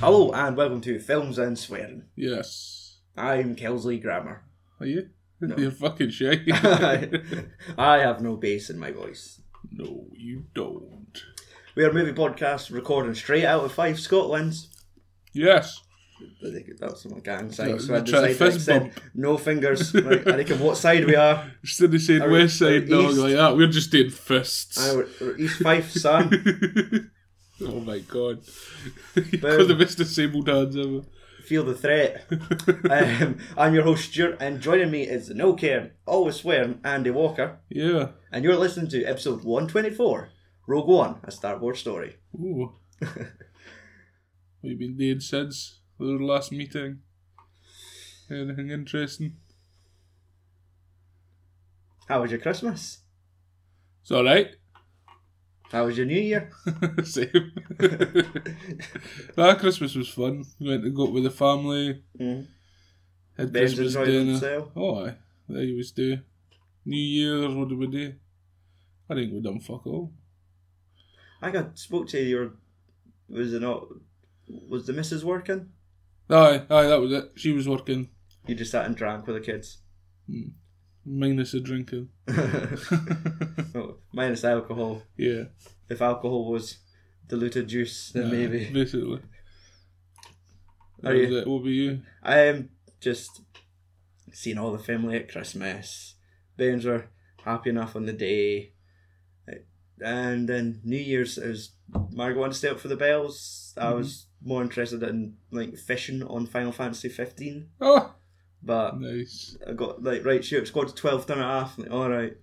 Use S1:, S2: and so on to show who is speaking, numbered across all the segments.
S1: Hello and welcome to Films and Swearing.
S2: Yes.
S1: I'm Kelsley Grammar.
S2: Are you?
S1: No.
S2: You're fucking shy.
S1: I have no bass in my voice.
S2: no, you don't.
S1: We are a movie podcast recording straight out of Fife, Scotland.
S2: Yes.
S1: That's my gang sign,
S2: Yeah,
S1: so I
S2: try to
S1: decided to
S2: fist
S1: extend no fingers. Right, I think of what side we are.
S2: Instead of saying
S1: Are we-
S2: west
S1: are
S2: side
S1: we
S2: dog
S1: east?
S2: like that, we're just doing fists.
S1: Aye, we're, we're East Fife, son.
S2: oh my god. you could have missed the disabled hands ever.
S1: Feel the threat. Um, I'm your host, Stuart, and joining me is the no care, always swearing Andy Walker.
S2: Yeah.
S1: And you're listening to episode 124 Rogue One, a Star Wars story.
S2: Ooh. what you been doing since our last meeting? Anything interesting?
S1: How was your Christmas?
S2: It's alright.
S1: How was your New Year?
S2: Same. that Christmas was fun. We went and got with the family.
S1: Mm.
S2: Had
S1: Ben's
S2: Christmas
S1: enjoyed
S2: dinner.
S1: himself.
S2: Oh, aye. There you was do. New Year, what did we do? I think we done fuck all.
S1: I got spoke to your was it not was the missus working?
S2: Aye, aye, that was it. She was working,
S1: You just sat and drank with the kids.
S2: minus the drinking.
S1: Oh, minus the alcohol.
S2: Yeah,
S1: If alcohol was diluted juice, then
S2: aye,
S1: maybe.
S2: Basically. That
S1: Are
S2: was
S1: you-
S2: it. What about you?
S1: I'm just seeing all the family at Christmas. Bairns were happy enough on the day. And then New Year's it was Margot wanted to stay up for the bells. I was more interested in like fishing on Final Fantasy fifteen.
S2: Oh,
S1: But
S2: nice.
S1: I got like right shoot squad to twelve done at half. I'm like, all right,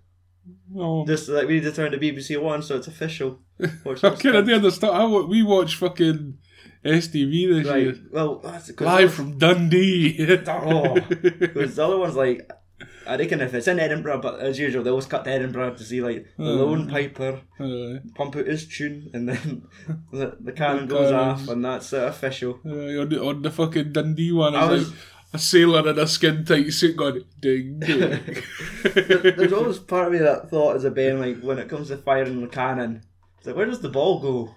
S2: Oh,
S1: this like we need to turn to BBC One, so it's official. Watch
S2: I'm
S1: this.
S2: kidding. I do understand. I, wa- we watch fucking STV this
S1: right.
S2: year.
S1: Well, that's because
S2: Live from Dundee.
S1: Oh, because the other one's like, I reckon if it's in Edinburgh, but as usual, they always cut to Edinburgh to see like
S2: Hmm.
S1: the lone piper
S2: Aye.
S1: pump out his tune, and then the, the cannon
S2: The
S1: goes
S2: cannons.
S1: off, and that's it official.
S2: Aye, on, the, on the fucking Dundee one,
S1: I
S2: it's
S1: was-
S2: like a sailor in a skin tight suit going ding ding.
S1: There's always part of me that thought as a band, like when it comes to firing the cannon, it's like where does the ball go?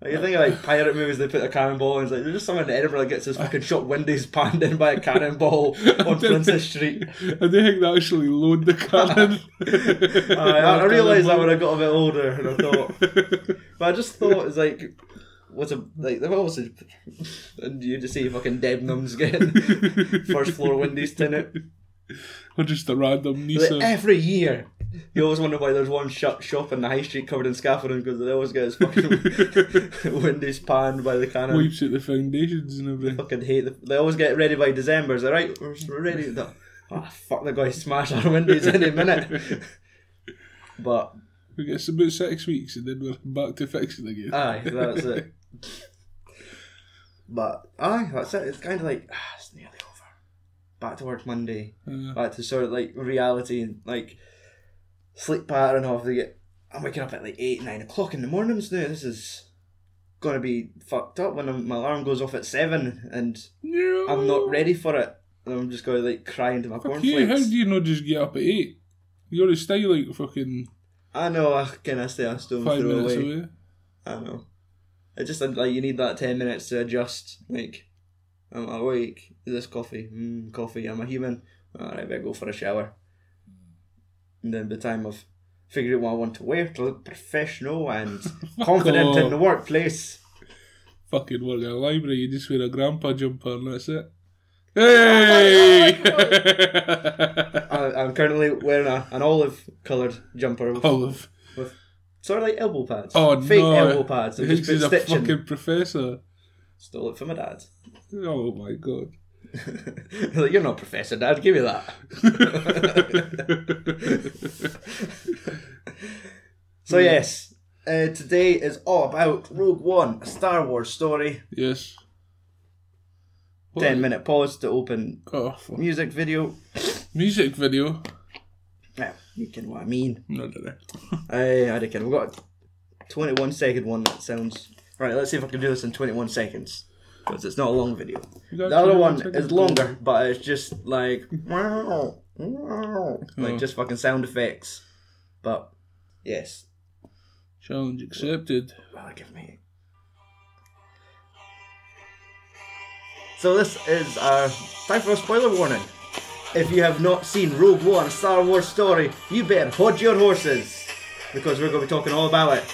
S1: Like, you think of like pirate movies, they put a cannonball, and it's like there's just someone in Edinburgh that gets his fucking shot windows panned in by a cannonball on Princess Street.
S2: I do think they actually load the cannon.
S1: Aye, I, I realised that when I got a bit older, and I thought, but I just thought it's like, what's a like they've obviously, and you just see fucking Debenhams getting first floor windows tin it.
S2: Or just a random
S1: Like, eh.
S2: Nisa.
S1: every year, you always wonder why there's one shut shop in the high street covered in scaffolding because they always get his fucking windows panned by the cannon.
S2: wipes at the foundations and everything.
S1: fucking hate. The, they always get ready by December. Is that right? We're we're ready. The, oh, fuck! They're going to smash our windows any minute. but
S2: We get about six weeks and then we're back to fixing again.
S1: aye, that's it. But aye, that's it. It's kind of like ah, it's nearly over. Back to work Monday.
S2: Uh,
S1: back to sort of like reality and like sleep pattern of the I'm waking up at like eight nine o'clock in the mornings now. This is gonna be fucked up when my alarm goes off at seven and
S2: no.
S1: I'm not ready for it. And I'm just gonna like cry into my
S2: Fuck you, how
S1: cornflakes.
S2: do you not just get up at eight? You're a style like fucking
S1: I know I can I stay a stone
S2: five
S1: throw
S2: minutes
S1: away.
S2: away.
S1: I know. It just like you need that ten minutes to adjust. Like I'm awake. Is this coffee? Mm, coffee. I'm a human. All right, better go for a shower. And then by the time I've figured out what I want to wear to look professional and confident
S2: off.
S1: in the workplace.
S2: Fucking work at a library, you just wear a grandpa jumper and that's it. Hey!
S1: Oh, I, I'm currently wearing a, an olive coloured jumper with
S2: Olive.
S1: sort of like elbow pads.
S2: Oh
S1: fake
S2: no.
S1: elbow pads. and
S2: Hicks
S1: just
S2: is
S1: put
S2: a
S1: stitching.
S2: fucking professor.
S1: Stole it from my dad.
S2: Oh my god.
S1: like, You're not a professor, dad. Give me that. So yes, uh, today is all about Rogue One, a Star Wars story.
S2: yes. What
S1: Ten
S2: a-
S1: minute pause to open
S2: Oh, fuck.
S1: music video.
S2: Music video.
S1: Yeah, you can what I mean.
S2: No, no, no.
S1: I, I reckon we've got a 21 second one that sounds right. Let's see if I can do this in 21 seconds because it's not a long video. The other one is longer, but it's just like like just fucking sound effects. But yes,
S2: Challenge accepted.
S1: oh, give me. So this is our time for a spoiler warning. If you have not seen Rogue One, a Star Wars story, you better hold your horses because we're going to be talking all about it.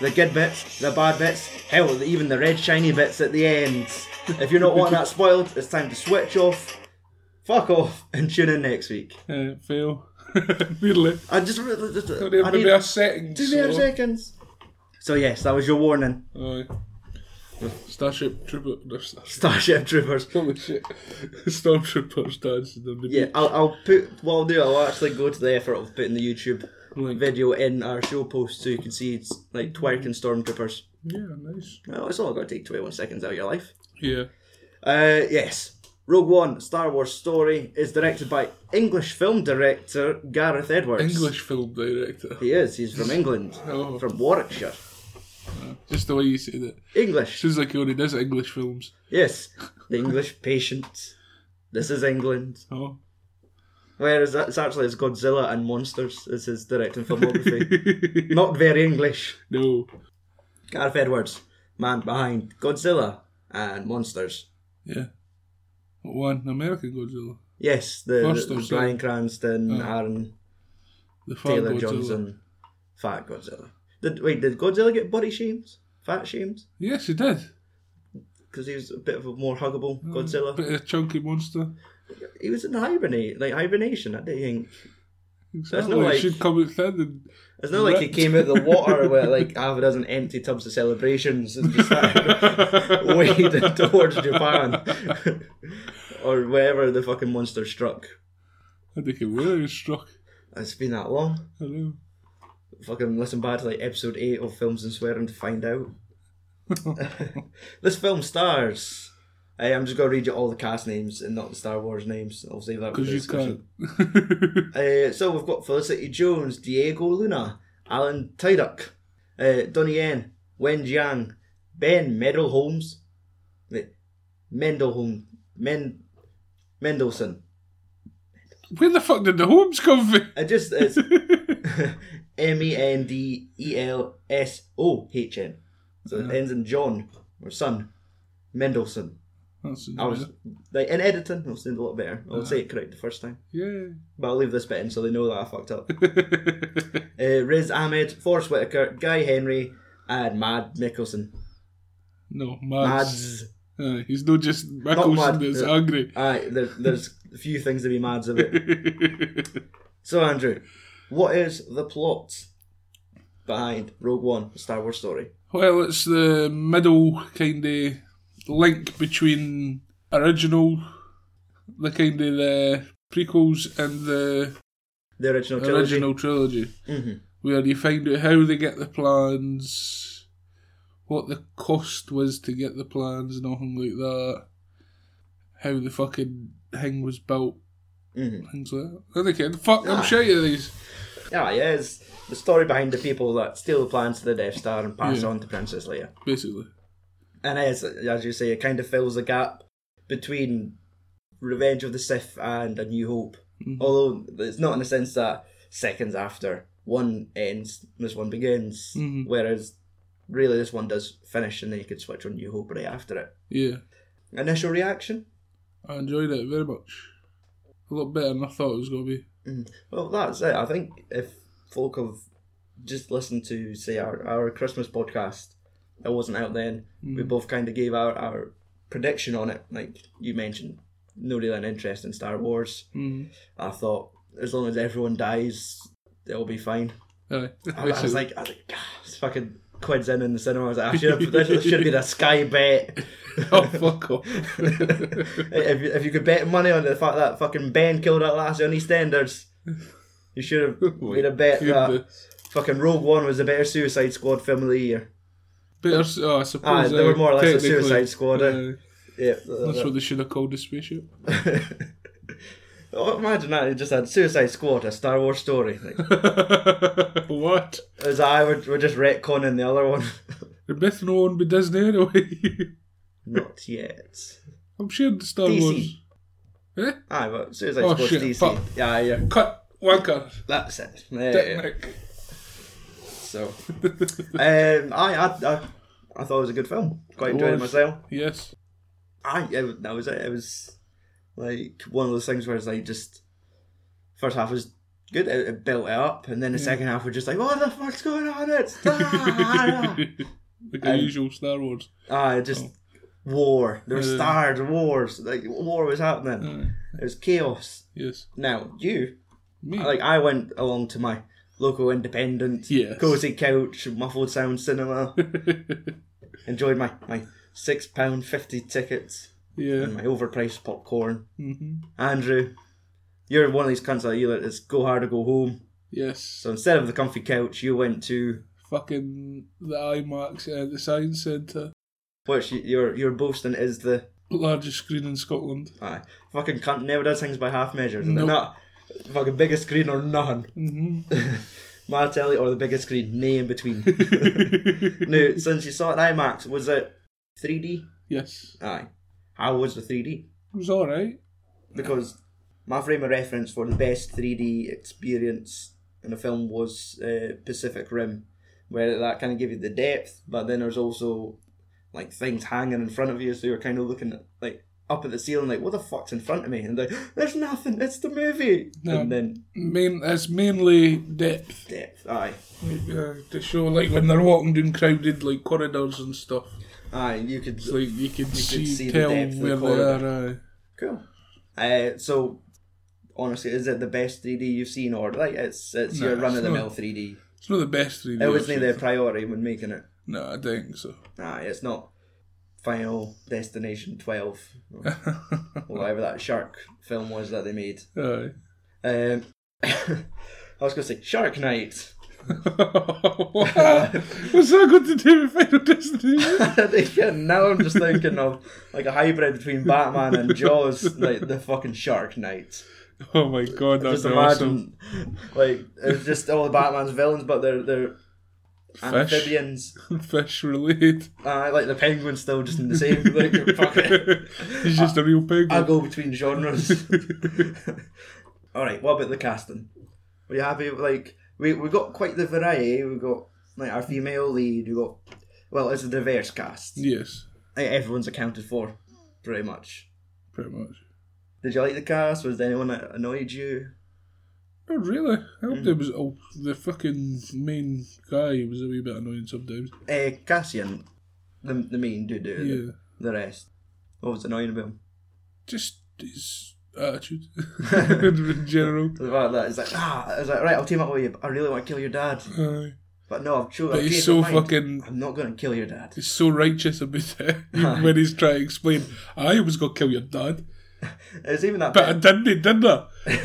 S1: The good bits, the bad bits, hell, even the red shiny bits at the end. If you're not wanting that spoiled, it's time to switch off, fuck off, and tune in next week.
S2: Uh, fail. Really?
S1: I just, just
S2: Don't
S1: I
S2: have to
S1: need
S2: be a second.
S1: two mere
S2: so-
S1: seconds. So yes, that was your warning,
S2: Aye. Starship Trooper. No, Starship.
S1: Starship Troopers.
S2: Holy shit. Stormtroopers dancing on the
S1: Yeah, I'll, I'll put what I'll do. I'll actually go to the effort of putting the YouTube
S2: Link.
S1: video in our show post so you can see it's like twerking stormtroopers.
S2: Yeah, nice.
S1: No, it's all going to take 21 seconds out of your life.
S2: Yeah.
S1: Uh, yes, Rogue One: Star Wars Story is directed by English film director Gareth Edwards.
S2: English film director.
S1: He is. He's from England,
S2: Oh.
S1: from Warwickshire.
S2: Just the way you said it.
S1: English.
S2: Seems like he only does English films.
S1: Yes, the English patient. This is England.
S2: Oh.
S1: Whereas that's actually it's Godzilla and monsters is his directing filmography. Not very English.
S2: no.
S1: Gareth Edwards, man behind Godzilla and Monsters.
S2: Yeah. What one? American Godzilla.
S1: Yes, the,
S2: First
S1: the-
S2: or
S1: the Bryan Cranston, Aaron
S2: The fat
S1: Taylor
S2: Oh. Godzilla.
S1: Johnson, Fat Godzilla. Did wait? Did Godzilla get body shamed? Fat shamed?
S2: Yes, he did.
S1: Because he was a bit of a more huggable
S2: Mm,
S1: Godzilla.
S2: Bit of a chunky monster.
S1: He was in hibernate, like hibernation. I think
S2: Exactly.
S1: not
S2: It
S1: like-
S2: should come out thin and
S1: it's not like he
S2: Ripped.
S1: came out of the water with like half a dozen empty tubs of celebrations and just started wading towards Japan or wherever the fucking monster struck.
S2: I think it really struck.
S1: It's been that long.
S2: I know.
S1: fucking listen back to like episode eight of Films and Swearing to find out. this film stars. I, I'm just gonna read you all the cast names and not the Star Wars names. I'll save that for
S2: Because
S1: the
S2: you
S1: discussion.
S2: can't.
S1: Uh, so we've got Felicity Jones, Diego Luna, Alan Tudyk, uh, Donnie Yen, Wen Jiang, Ben Medel Holmes, wait, Mendel Holmes, Men, Mendelson.
S2: Where the fuck did the homes come from?
S1: I just it's M E N D E L S O H N. So it ends in John or son. Mendelssohn.
S2: That's
S1: I was like in editing, I'll sound a lot better. I'll say it correct the first time.
S2: Yeah.
S1: But I'll leave this bit in so they know that I fucked up. uh, Riz Ahmed, Forrest Whitaker, Guy Henry, and Mad Mickelson.
S2: No, Mads.
S1: Mads. Uh,
S2: Aye, he's not just Mickelson
S1: Mad,
S2: that's
S1: yeah.
S2: angry.
S1: Aye, there, there's a few things to be mads about. So Andrew, what is the plot behind Rogue One, a Star Wars story?
S2: Well, it's the middle kind of link between original, the kind of the prequels and the
S1: The original trilogy.
S2: original trilogy,
S1: hmm
S2: where you find out how they get the plans, what the cost was to get the plans, nothing like that, how the fucking thing was built,
S1: hmm
S2: things like that. And again, fuck,
S1: Ah.
S2: I'm shit at these.
S1: Ah, yeah, it's the story behind the people that steal the plans to the Death Star and pass
S2: Yeah.
S1: on to Princess Leia.
S2: Basically,
S1: And as as you say, it kind of fills the gap between Revenge of the Sith and A New Hope. Although it's not in the sense that seconds after one ends, this one begins.
S2: Mhm.
S1: Whereas really, this one does finish, and then you could switch on New Hope right after it.
S2: yeah.
S1: Initial reaction?
S2: I enjoyed it very much. A lot better than I thought it was going to be.
S1: Well, that's it. I think if folk have just listened to, say, our, our Christmas podcast that wasn't out then, we both kind of gave our, our prediction on it. Like you mentioned, no real interest in Star Wars.
S2: Mm.
S1: I thought, as long as everyone dies, it'll be fine.
S2: Aye.
S1: I, I was like, I was like, "Ah, it's fucking quids in in the cinema. I was like, I should have, there should have been a sky bet.
S2: oh, fuck off.
S1: if, you, if you could bet money on the fact that fucking Ben killed that last on EastEnders, you should have made a bet that
S2: Goodness.
S1: fucking Rogue One was the better Suicide Squad film of the year.
S2: Better, s- oh, I suppose.
S1: Aye, they were
S2: uh,
S1: more or less a
S2: technically,
S1: Suicide Squad, eh?
S2: uh,
S1: Yeah,
S2: that's what they should have called the spaceship.
S1: Oh, imagine that. It just had Suicide Squad, a Star Wars story. Like,
S2: what?
S1: as I would, we're just retconning the other one.
S2: The best no one be Disney anyway.
S1: Not yet.
S2: I'm sure the Star
S1: DC.
S2: Wars. Eh?
S1: Aye, but Suicide
S2: Oh,
S1: Squad's
S2: shit,
S1: DC.
S2: fuck.
S1: Yeah, yeah.
S2: Cut. Wanker.
S1: That's it. Yeah, yeah, yeah.
S2: Dick
S1: So, um, I, I, I, I thought it was a good film. Quite enjoyed it
S2: was.
S1: myself.
S2: Yes.
S1: I yeah, that was it. It was like one of those things where it's like just first half was good. It, it built it up, and then the
S2: Yeah.
S1: second half was just like, what the fuck's going on? It's ah, ah."
S2: like the
S1: And-
S2: usual Star Wars.
S1: Ah, it just
S2: Oh.
S1: war. There were
S2: Yeah. Mm.
S1: stars, wars. Like war was happening.
S2: Aye,
S1: It was chaos.
S2: yes.
S1: Now you
S2: Me.
S1: like I went along to my local independent
S2: Yes.
S1: cozy couch muffled sound cinema. Enjoyed my my six pound fifty tickets
S2: yeah.
S1: and my overpriced popcorn.
S2: hmm
S1: Andrew, you're one of these cunts like you that it's go hard or go home.
S2: Yes.
S1: So instead of the comfy couch, you went to
S2: Fucking the IMAX at the Science Centre.
S1: which you- you're you're boasting is the
S2: Largest screen in Scotland.
S1: aye, fucking cunt never does things by half measures. and they're
S2: Nope.
S1: Not fucking biggest screen or none.
S2: hmm
S1: My telly or the biggest screen, nay in between. now, since you saw it in IMAX, was it 3D?
S2: yes.
S1: Aye. How was the 3D?
S2: It was alright.
S1: Because my frame of reference for the best 3D experience in a film was uh, Pacific Rim, where that kind of gave you the depth, but then there's also like things hanging in front of you, so you're kind of looking at, like up at the ceiling, like what the fuck's in front of me, and like there's nothing, it's the movie,
S2: No.
S1: and then
S2: Main, it's mainly depth
S1: depth. Aye,
S2: uh, to show, like when they're walking down crowded like corridors and stuff.
S1: aye, you could
S2: It's like you can see,
S1: see the
S2: tell
S1: depth of the
S2: where they are. Aye.
S1: Cool. Uh, so, honestly, is it the best 3D you've seen, or like it's it's
S2: No,
S1: your
S2: it's
S1: run of the mill
S2: not.
S1: 3D?
S2: It's not the best 3D.
S1: It wasn't
S2: I've
S1: their
S2: seen.
S1: priority when making it.
S2: No, I don't think so.
S1: Nah, it's not Final Destination 12, or whatever that shark film was that they made.
S2: Aye.
S1: Um, I was gonna say Shark Night.
S2: What's that got to do with Final Destination?
S1: Yeah, now I'm just thinking of like a hybrid between Batman and Jaws, like the fucking Shark Night.
S2: Oh my god, that's
S1: just
S2: awesome.
S1: imagine, like it's just all the Batman's villains, but they're they're amphibians.
S2: Fish related.
S1: Uh, like the penguin's still just in the same. Like, fuck it.
S2: He's just a real pig.
S1: I go between genres. all right, what about the casting? Were you happy? with, Like we we got quite the variety. We got like our female lead. We got well, it's a diverse cast.
S2: Yes,
S1: Like, everyone's accounted for, pretty much.
S2: pretty much.
S1: Did you like the cast? Was there anyone that annoyed you?
S2: Not Oh, really. I hope there was oh, the fucking main guy was a wee bit annoying sometimes.
S1: Uh, Cassian, the the main dude.
S2: Yeah.
S1: dude. the rest. What was annoying about him?
S2: Just his attitude in general.
S1: The fact that it's like, ah, I was like, right, I'll team up with you, but I really want to kill your dad.
S2: Aye.
S1: But no, I've chosen.
S2: But he's so fucking
S1: I'm not going to kill your dad.
S2: he's so righteous about it.
S1: Aye.
S2: Even when he's trying to explain, I was gonna kill your dad,
S1: It's even that.
S2: but I
S1: Bit,
S2: didn't, didn't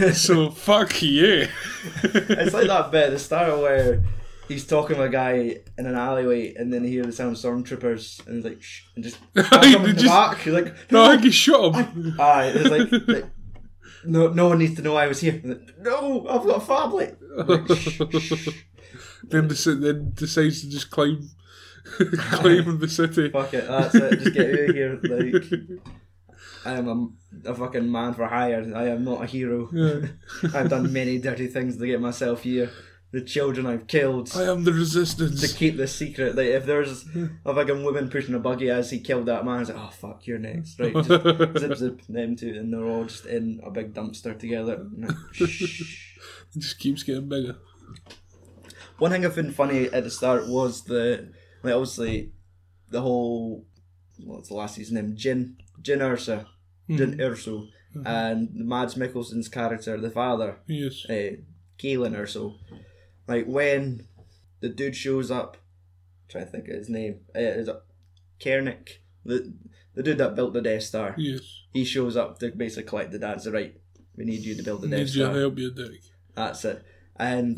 S2: I? so fuck you.
S1: it's like that bit at the start where he's talking to a guy in an alleyway, and then he hears the sound of stormtroopers, and he's like, shh, and just pats him in the
S2: Just-
S1: back. He's like,
S2: no, I
S1: no,
S2: think he shot him.
S1: aye, it's like, like, no, no one needs to know I was here. And then, no, I've got a family. Like, shh, shh.
S2: then, deci- then decides to just climb, climb the city.
S1: Fuck it, that's it. Just get out of here. Like, I am a, a fucking man for hire. I am not a hero.
S2: Yeah.
S1: I've done many dirty things to get myself here. The children I've killed
S2: I am the
S1: to
S2: resistance.
S1: keep this secret. Like, if there's a fucking woman pushing a buggy as he killed that man, it's like, oh fuck, you're next. Right, just zip zip them two, and they're all just in a big dumpster together. Shh.
S2: It just keeps getting bigger.
S1: One thing I found funny at the start was the, like, obviously, the whole, what's the last season name? Jin, Jin Ursa.
S2: Mm-hmm.
S1: Jin Erso and Mads Mikkelsen's character, the father,
S2: Hmm. Yes.
S1: uh, Galen Erso. Like when the dude shows up, trying to think of his name, uh, is it Kernick, the the dude that built the Death Star.
S2: Yes.
S1: He shows up to basically collect the dad's right. We need you to build the Death
S2: Need your
S1: Star.
S2: help, you dick.
S1: That's it. And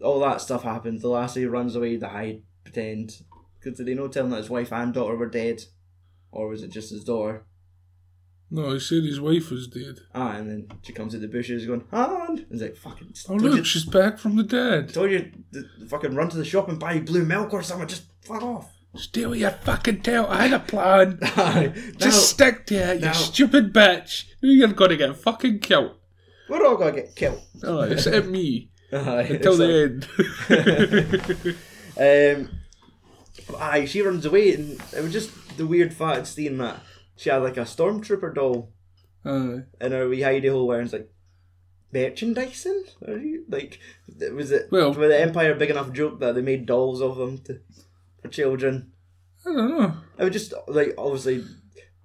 S1: all that stuff happens. The lassie runs away to hide, pretend. Because did they not tell him that his wife and daughter were dead, or was it just his daughter?
S2: No, he said his wife was dead.
S1: Ah, and then she comes to the bushes going, Han! And it's like, fucking,
S2: Oh
S1: told,
S2: look,
S1: you,
S2: she's back from the dead.
S1: told you to fucking run to the shop and buy blue milk or something, just fuck off.
S2: Stay with your fucking tail. I had a plan.
S1: Aye. now,
S2: Just stick to it, you
S1: No.
S2: stupid bitch. You're gonna get fucking killed.
S1: we're all gonna get killed.
S2: Alright, except me.
S1: Aye,
S2: Till
S1: it's like-
S2: the end.
S1: Um, but aye, she runs away, and it was just the weird fact seeing that she had like a stormtrooper doll
S2: Aye.
S1: in her wee hidey hole where it's like merchandising? Are you like th- was it
S2: Well-
S1: was the Empire big enough joke that they made dolls of them to for children?
S2: I don't know.
S1: I would just like obviously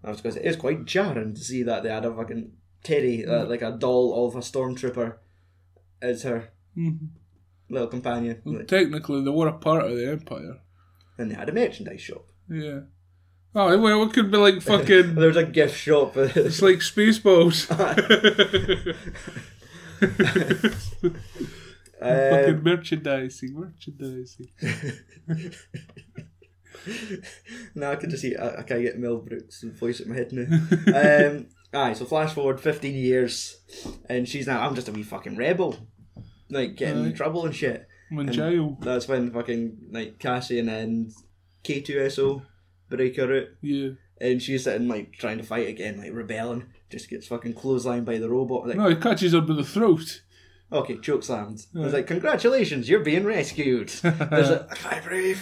S1: I was gonna say it's quite jarring to see that they had a fucking Teddy, uh,
S2: Mm.
S1: like a doll of a stormtrooper as her
S2: Mhm.
S1: little companion.
S2: Well,
S1: Like,
S2: technically, they were a part of the Empire.
S1: and they had a merchandise shop.
S2: Yeah. Oh, well, it could be like fucking.
S1: There was a gift shop.
S2: it's like Spaceballs. fucking
S1: Um,
S2: merchandising, merchandising.
S1: Um, now I can just see I, I can't get Mel Brooks' voice in my head now. um, aye, so flash forward fifteen years, and she's now I'm just a wee fucking rebel, like getting in
S2: Aye.
S1: trouble and shit.
S2: I'm in jail.
S1: That's when fucking like Cassian and K2SO break her out,
S2: Yeah.
S1: and she's sitting like trying to fight again, like rebelling. Just gets fucking clotheslined by the robot. Like,
S2: No, he catches her by the throat.
S1: okay, choke slammed. I was like, congratulations, you're being rescued. There's a, I can't breathe.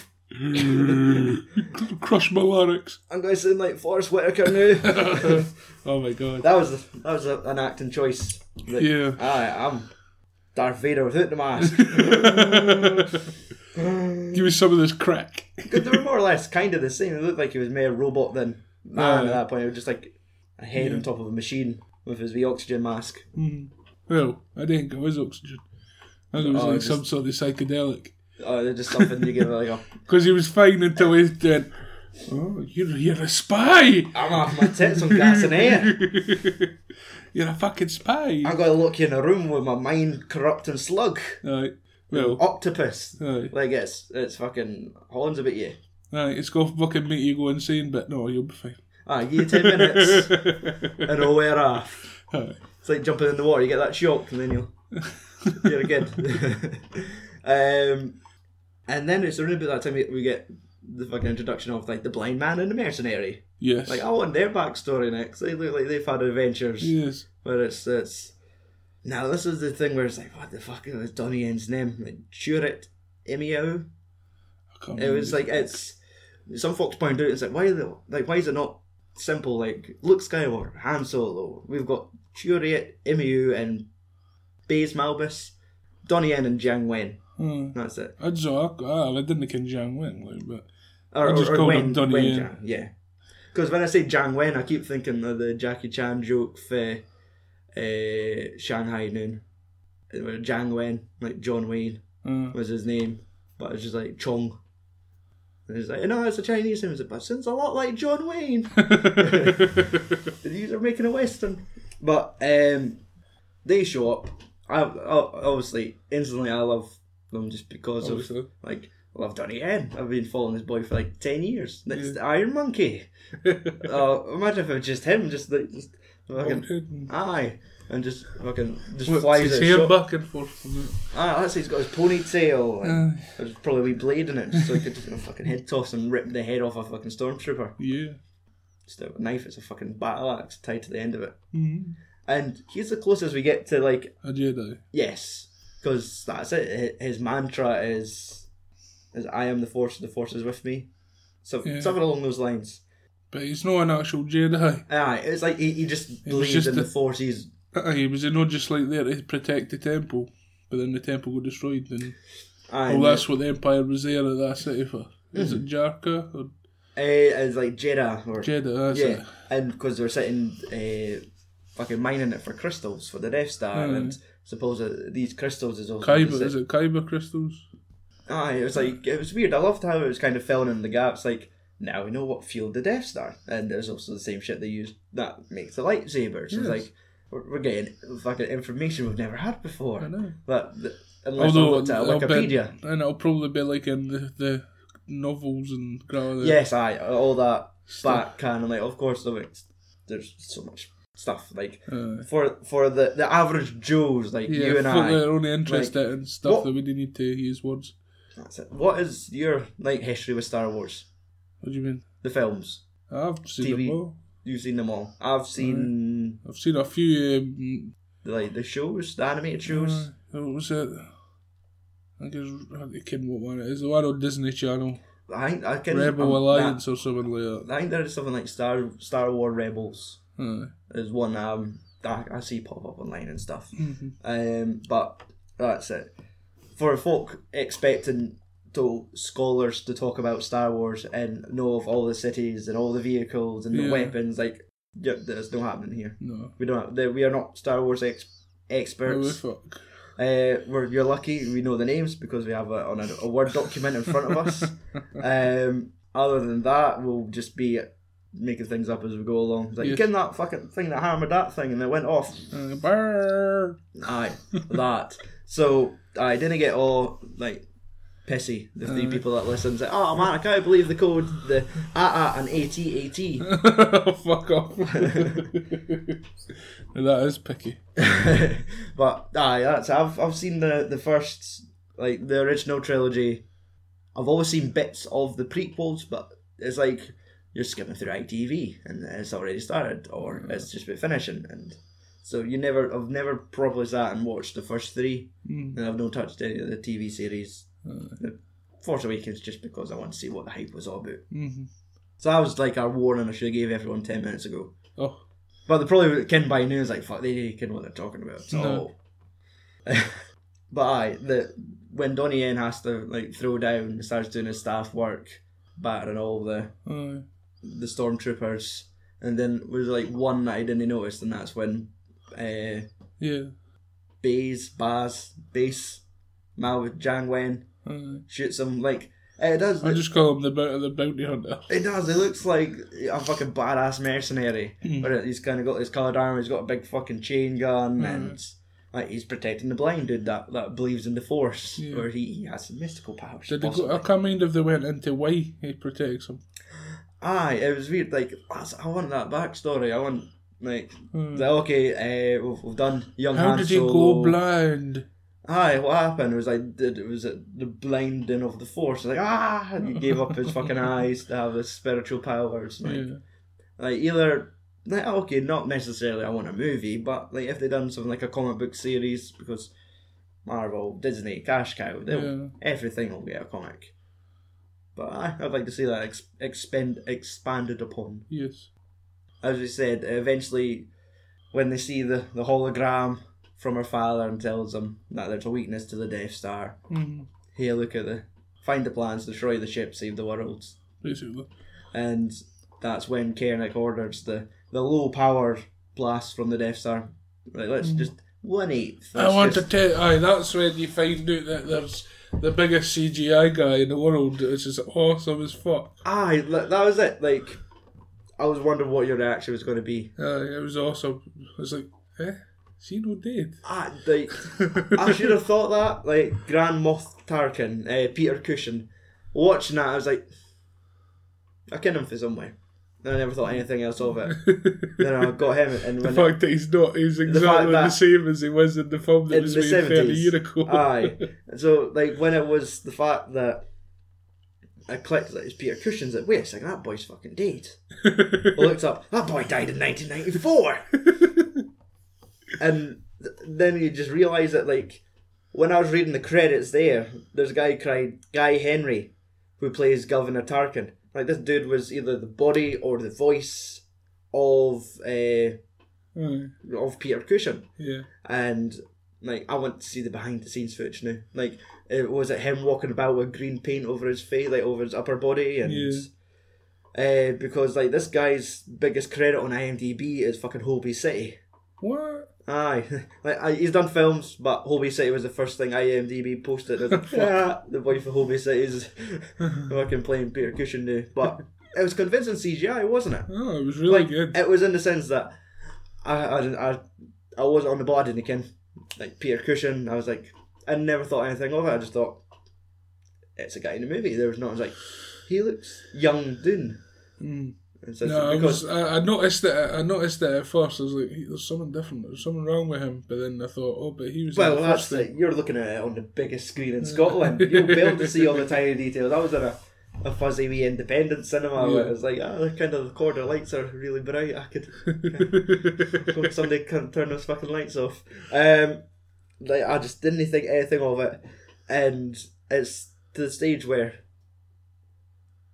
S2: Crush my larynx.
S1: I'm going to sound like Forrest Whitaker now.
S2: oh my god.
S1: that was that was a, an acting choice. Like,
S2: Yeah.
S1: aye, I'm Darth Vader without the mask.
S2: Give me some of this crack.
S1: 'Cause they were more or less kind of the same. It looked like he was more robot than man
S2: Aye.
S1: at that point. It was just like a head on top of a machine with his wee oxygen mask.
S2: Well, I didn't go his oxygen. I think it was
S1: Oh,
S2: like
S1: just-
S2: some sort of psychedelic.
S1: Oh, they're just something you give like a
S2: Because he was fine until he said, Oh, you're, you're a spy!
S1: I'm off my tits, I'm gassing air.
S2: You're a fucking spy!
S1: I'm gonna lock you in a room with my mind corrupting slug.
S2: Right. Well,
S1: Octopus.
S2: Aye.
S1: Like it's it's fucking horns about you.
S2: right, it's going to fucking make you go insane, but no, you'll be fine.
S1: Ah, you ten minutes and all wear off.
S2: Aye.
S1: It's like jumping in the water. You get that shock, and then you'll you're good. um, and then it's around about that time we- we get the fucking introduction of like the blind man and the mercenary.
S2: Yes.
S1: Like I want their backstory next. They look like they've had adventures
S2: yes.
S1: where it's it's. Now this is the thing where it's like, what the fuck is Donnie Yen's name? Like Juret Emio.
S2: I can't
S1: It was
S2: remember.
S1: like it's some folks point out it's like why are they, like why is it not simple like Luke Skywalker, Han Solo. We've got Churiet, Emu, and Baze Malbus, Donnie Yen, and Jiang Wen.
S2: Aye.
S1: That's it.
S2: Hmm. I'd say, I, I didn't ken Jiang Wen, like, but
S1: Or,
S2: I just called him Donnie
S1: Wen
S2: Yen.
S1: Jiang, yeah. Because when I say Jiang Wen, I keep thinking of the Jackie Chan joke for uh, Shanghai Noon, where Jiang Wen, like John Wayne.
S2: uh,
S1: was his name, but it was just like Chong. And he's like, no, it's a Chinese name. He's like, but sounds a lot like John Wayne. These are making a western. But um, they show up. I, I obviously instantly I love them just because
S2: obviously.
S1: of like I love Donnie Yen. I've been following this boy for like ten years. That's the Iron Monkey. uh, imagine if it was just him, just like just fucking
S2: Oh.
S1: aye, and just fucking just
S2: Look,
S1: flies
S2: his
S1: out.
S2: hair
S1: shot.
S2: back and forth. from it.
S1: Ah, let's say he's got his ponytail. And,
S2: Uh,
S1: there's probably a wee blade in it, so he could just do a fucking head toss and rip the head off a fucking stormtrooper.
S2: yeah.
S1: Just a knife, it's a fucking battle axe tied to the end of it.
S2: Mhm.
S1: Mm-hmm. And he's the closest we get to, like,
S2: A Jedi.
S1: yes, because that's it. Hi- His mantra is, is I am the Force, the Force is with me. So,
S2: Yeah.
S1: Something along those lines.
S2: But he's not an actual Jedi.
S1: Aye, it's like he, he just
S2: It was
S1: believes
S2: just
S1: in the,
S2: the-
S1: Force. He's,
S2: Aye, Uh-uh, he was not just like there to protect the temple, but then the temple got destroyed. And
S1: aye,
S2: oh, that's what the Empire was there at that city for. Is it
S1: Mm-hmm.
S2: Jarka or
S1: eh, it's like Jedi or
S2: Jeddah? That's
S1: Yeah,
S2: it.
S1: and because they're sitting uh, fucking mining it for crystals for the Death Star,
S2: Aye.
S1: and suppose that these crystals is also.
S2: Kyber, Hmm. is it Kyber crystals?
S1: Aye, it was like it was weird. I loved how it was kind of filling in the gaps. Like now we know what fueled the Death Star, and there's also the same shit they use that makes the lightsabers. It's
S2: Yes.
S1: like we're, we're getting fucking information we've never had before.
S2: I know. uh,
S1: But th- unless I looked at
S2: I'll bet-
S1: Wikipedia,
S2: and it'll probably be like in the, the novels and gra-
S1: yes, I all that
S2: stuff.
S1: back canon. Like of course there- there's so much stuff like.
S2: Aye.
S1: for for the, the average Joes like
S2: uh, Yeah,
S1: you and
S2: fuck
S1: I.
S2: their only interest
S1: Like,
S2: in stuff
S1: what-
S2: that we didn't need to use words.
S1: That's it. What is your like history with Star Wars?
S2: What do you mean?
S1: The films
S2: I've seen
S1: TV.
S2: them all.
S1: you've seen them all. I've seen
S2: I've seen a few. Um,
S1: like the shows, the animated shows.
S2: uh, what was it? I think it's I can't remember what one it is. The one on Disney Channel.
S1: I think I can
S2: Rebel
S1: I'm-
S2: Alliance or something like
S1: that- I think there is something like Star Star War Rebels
S2: that.
S1: is one um that I see pop up online and stuff.
S2: Aye.
S1: Um, but that's it. For folk expecting to scholars to talk about Star Wars and know of all the cities and all the vehicles and the
S2: Yeah.
S1: weapons, like yep, there's no happening here.
S2: no.
S1: We don't. Have, we are not Star Wars ex-
S2: Oh,
S1: experts.
S2: fuck.
S1: Uh, we're, you're lucky we know the names because we have it on a, a Word document in front of us. Um, other than that, we'll just be making things up as we go along. It's Like,
S2: Yes.
S1: get that fucking thing that hammered that thing and it went off.
S2: Uh, burr.
S1: Aye, that. So I didn't get all like pissy. The three
S2: Aye.
S1: people that listened said, "Oh man, I can't believe the code the ah ah and at at."
S2: Fuck off. that is picky.
S1: but aye, that's I've I've seen the the first like the original trilogy. I've always seen bits of the prequels, but it's like you're skipping through ITV and it's already started, or it's just been finishing, and so you never I've never properly sat and watched the first three,
S2: Mm.
S1: and I've not touched any of the TV series.
S2: Aye.
S1: The Force Awakens just because I want to see what the hype was all about.
S2: Mhm.
S1: So that was like our warning I should have gave everyone ten minutes ago.
S2: Oh,
S1: But they probably can by now. It's like fuck, they can know what they're talking about. So, but aye, the when Donnie Yen has to like throw down, and starts doing his staff work, battering all the
S2: aye.
S1: the stormtroopers, and then was like one that I didn't notice, and that's when uh,
S2: Yeah.
S1: Baze, Baz, Base, Mao Jang Wen
S2: Aye.
S1: shoots him like it does.
S2: I just call him the, bo- the bounty hunter.
S1: It does. It looks like a fucking badass mercenary.
S2: Mm.
S1: But he's kind of got his coloured armor. He's got a big fucking chain
S2: Hmm.
S1: gun, and like he's protecting the blind dude that, that believes in the force,
S2: Yeah.
S1: or he, he has some mystical powers.
S2: Did Hmm. they go,
S1: possibly.
S2: I can't mind if they went into why he protects him.
S1: Aye, it was weird. Like that's- I want that backstory. I want like
S2: Aye.
S1: the- okay, uh, we've, we've done young.
S2: Hmm. How
S1: Han
S2: did he go
S1: Solo.
S2: blind?
S1: Aye, what happened was I did it was it the blinding of the force. Like ah, and he gave up his fucking eyes to have his spiritual powers. Like,
S2: Yeah.
S1: like either like okay, not necessarily I want a movie, but like if they done something like a comic book series because Marvel, Disney, cash cow, they'll,
S2: Yeah.
S1: everything will get a comic. But I, I'd like to see that ex- expend expanded upon.
S2: Yes.
S1: As we said, eventually, when they see the, the hologram from her father and tells them that there's a weakness to the Death Star,
S2: Mm.
S1: here look at the find the plans, destroy the ship, save the world
S2: Basically.
S1: and that's when Koenig orders the, the low power blast from the Death Star. Like, let's just one eighth.
S2: I want to tell. Aye, that's when you find out that there's the biggest CGI guy in the world. It's just awesome as fuck.
S1: Aye, li- that was it. Like, I was wondering what your reaction was going to be.
S2: Aye, it was awesome. I was like, eh, she no dead.
S1: Ah, like, I should have thought that. Like, Grand Moff Tarkin, uh, Peter Cushing, watching that, I was like, I ken him for somewhere. And I never thought anything else of it. then I got him, and
S2: The
S1: when
S2: fact that he's not, he's exactly the,
S1: that-
S2: same as he was in the film that
S1: in
S2: was
S1: the
S2: made 30
S1: seventies.
S2: years ago.
S1: Aye. So like when it was the fact that I clicked that it's Peter Cushing's like, wait a second, that boy's fucking dead. I looked up, that boy died in nineteen ninety four And th- then you just realise that like when I was reading the credits there, there's a guy cried Guy Henry, who plays Governor Tarkin. Like this dude was either the body or the voice of uh,
S2: Aye,
S1: of Peter Cushing
S2: yeah.
S1: and like I want to see the behind the scenes footage now. Like it was it him walking about with green paint over his face, like over his upper body, and
S2: Yeah.
S1: uh, because like this guy's biggest credit on IMDb is fucking Hobie City.
S2: What?
S1: Aye, like I, he's done films, but Hobie City was the first thing IMDb posted. I was like, "Ah, the boy for Hobie City is
S2: Oh,
S1: fucking playing Peter Cushing now, but it was convincing CGI, wasn't it?
S2: Oh, it was really
S1: like,
S2: good.
S1: It was in the sense that I I didn't- I, I wasn't on the ball, I didn't ken like Peter Cushing. I was like, I never thought anything of it. I just thought it's a guy in a movie. There was not. I was like, he looks young, Dune.
S2: Mm.
S1: And so
S2: No, I,
S1: because
S2: was, I, I noticed that. I noticed that at first. I was like, "He- "There's something different. There's something wrong with him." But then I thought, "Oh, but he was." in
S1: well,
S2: the
S1: that's
S2: first thing."
S1: it. You're looking at it on the biggest screen in Scotland. You'll be able to see all the tiny details. I was in a. A fuzzy wee independent cinema where it
S2: Yeah.
S1: was like, ah, the kind of the corner lights are really bright. I could Hope somebody can turn those fucking lights off. Um, like I just didn't think anything of it, and it's to the stage where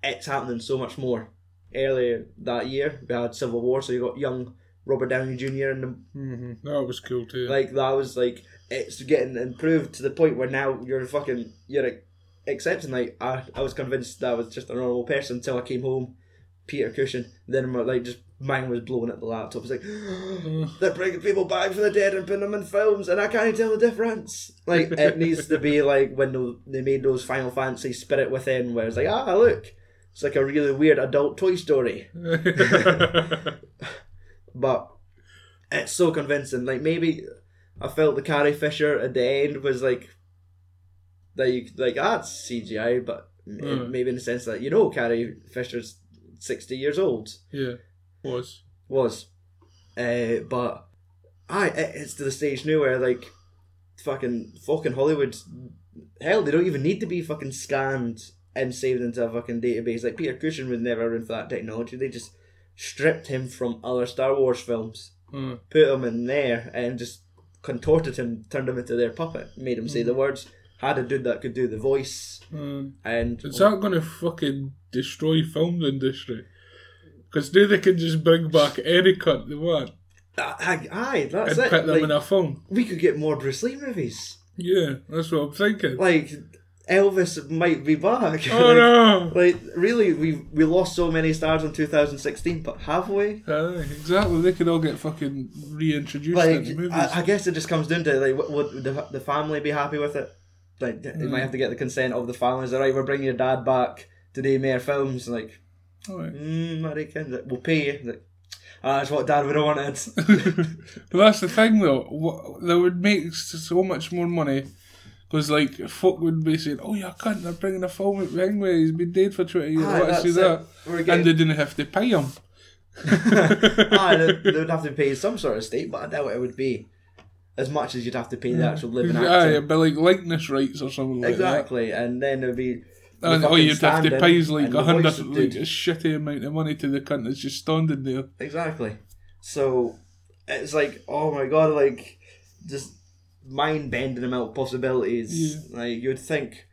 S1: it's happening so much more. Earlier that year, we had Civil War, so you got young Robert Downey Jr. and the
S2: hmm That was cool too.
S1: like that was like it's getting improved to the point where now you're fucking you're like, accepting like I, I was convinced that I was just a normal person until I came home, Peter Cushing, then my like just mine was blowing up the laptop. It's like they're bringing people back from the dead and putting them in films, and I can't tell the difference. Like it needs to be like when tho- they made those Final Fantasy Spirit Within, where it's like ah look, it's like a really weird adult Toy Story but it's so convincing. Like maybe I felt the Carrie Fisher at the end was like that you like "Ah, that's CGI, but m-
S2: Mm.
S1: maybe in the sense that you know Carrie Fisher's sixty years old
S2: yeah, was.
S1: was, uh, but I it, it's to the stage now where like fucking fucking Hollywood, hell they don't even need to be fucking scanned and saved into a fucking database. Like Peter Cushing was never in for that technology. They just stripped him from other Star Wars films
S2: Mm.
S1: put him in there and just contorted him, turned him into their puppet, made him say the words, had a dude that could do the voice,
S2: Mm.
S1: and
S2: Is that going to fucking destroy film industry? Because now they can just bring back any cunt they want
S1: aye, aye, that's
S2: and put
S1: it.
S2: them
S1: Like,
S2: in a film.
S1: we could get more Bruce Lee movies.
S2: Yeah, that's what I'm thinking.
S1: Like Elvis might be back.
S2: oh no!
S1: like, like, really, we we lost so many stars in 2016, but have we?
S2: Aye, exactly. They could all get fucking reintroduced
S1: Like,
S2: into movies.
S1: I, I guess it just comes down to like, would- would the, the family be happy with it? Like, they
S2: Mm.
S1: might have to get the consent of the family. Is it right? We're bringing your dad back to do more films. Like,
S2: Alright.
S1: Mm, I reckon that we'll pay you. Like, ah, that's what Dad would have wanted.
S2: Well, that's the thing though. What, they would make s- so much more money because, like, folk would be saying, "Oh, you can't. They're bringing a film with Ringway. He's been dead for twenty years.
S1: Aye,
S2: Want to see
S1: Ah, that's
S2: that?"
S1: it. We're
S2: And they
S1: getting,
S2: didn't have to pay him.
S1: ah, they, they would have to pay some sort of state, but I doubt it would be as much as you'd have to pay the actual living
S2: Aye,
S1: actor.
S2: it'd be like likeness rights or something like
S1: exactly, and then it'd be.
S2: that. And, oh,
S1: fucking
S2: you'd have to
S1: standing
S2: pay like
S1: and
S2: a
S1: the
S2: hundred,
S1: voice of
S2: like
S1: dude.
S2: a shitty amount of money to the cunt that's just standing there.
S1: Exactly. So it's like, oh my god, like just mind bending amount of possibilities. Like you'd think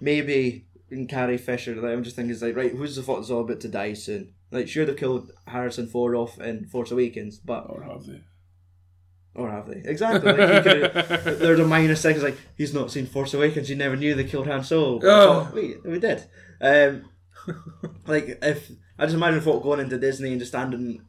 S1: maybe in Carrie Fisher, like I'm just thinking it's like, right, who's the fuck's all about to die soon? Like sure they've killed Harrison Ford off in Force Awakens, but
S2: Or have they?
S1: or have they? Exactly. Like he could there's a minus thing, it's like, he's not seen Force Awakens, he never knew they killed Han Solo.
S2: Oh.
S1: But Wait, we did. Um like if I just imagine folk going into Disney and just standing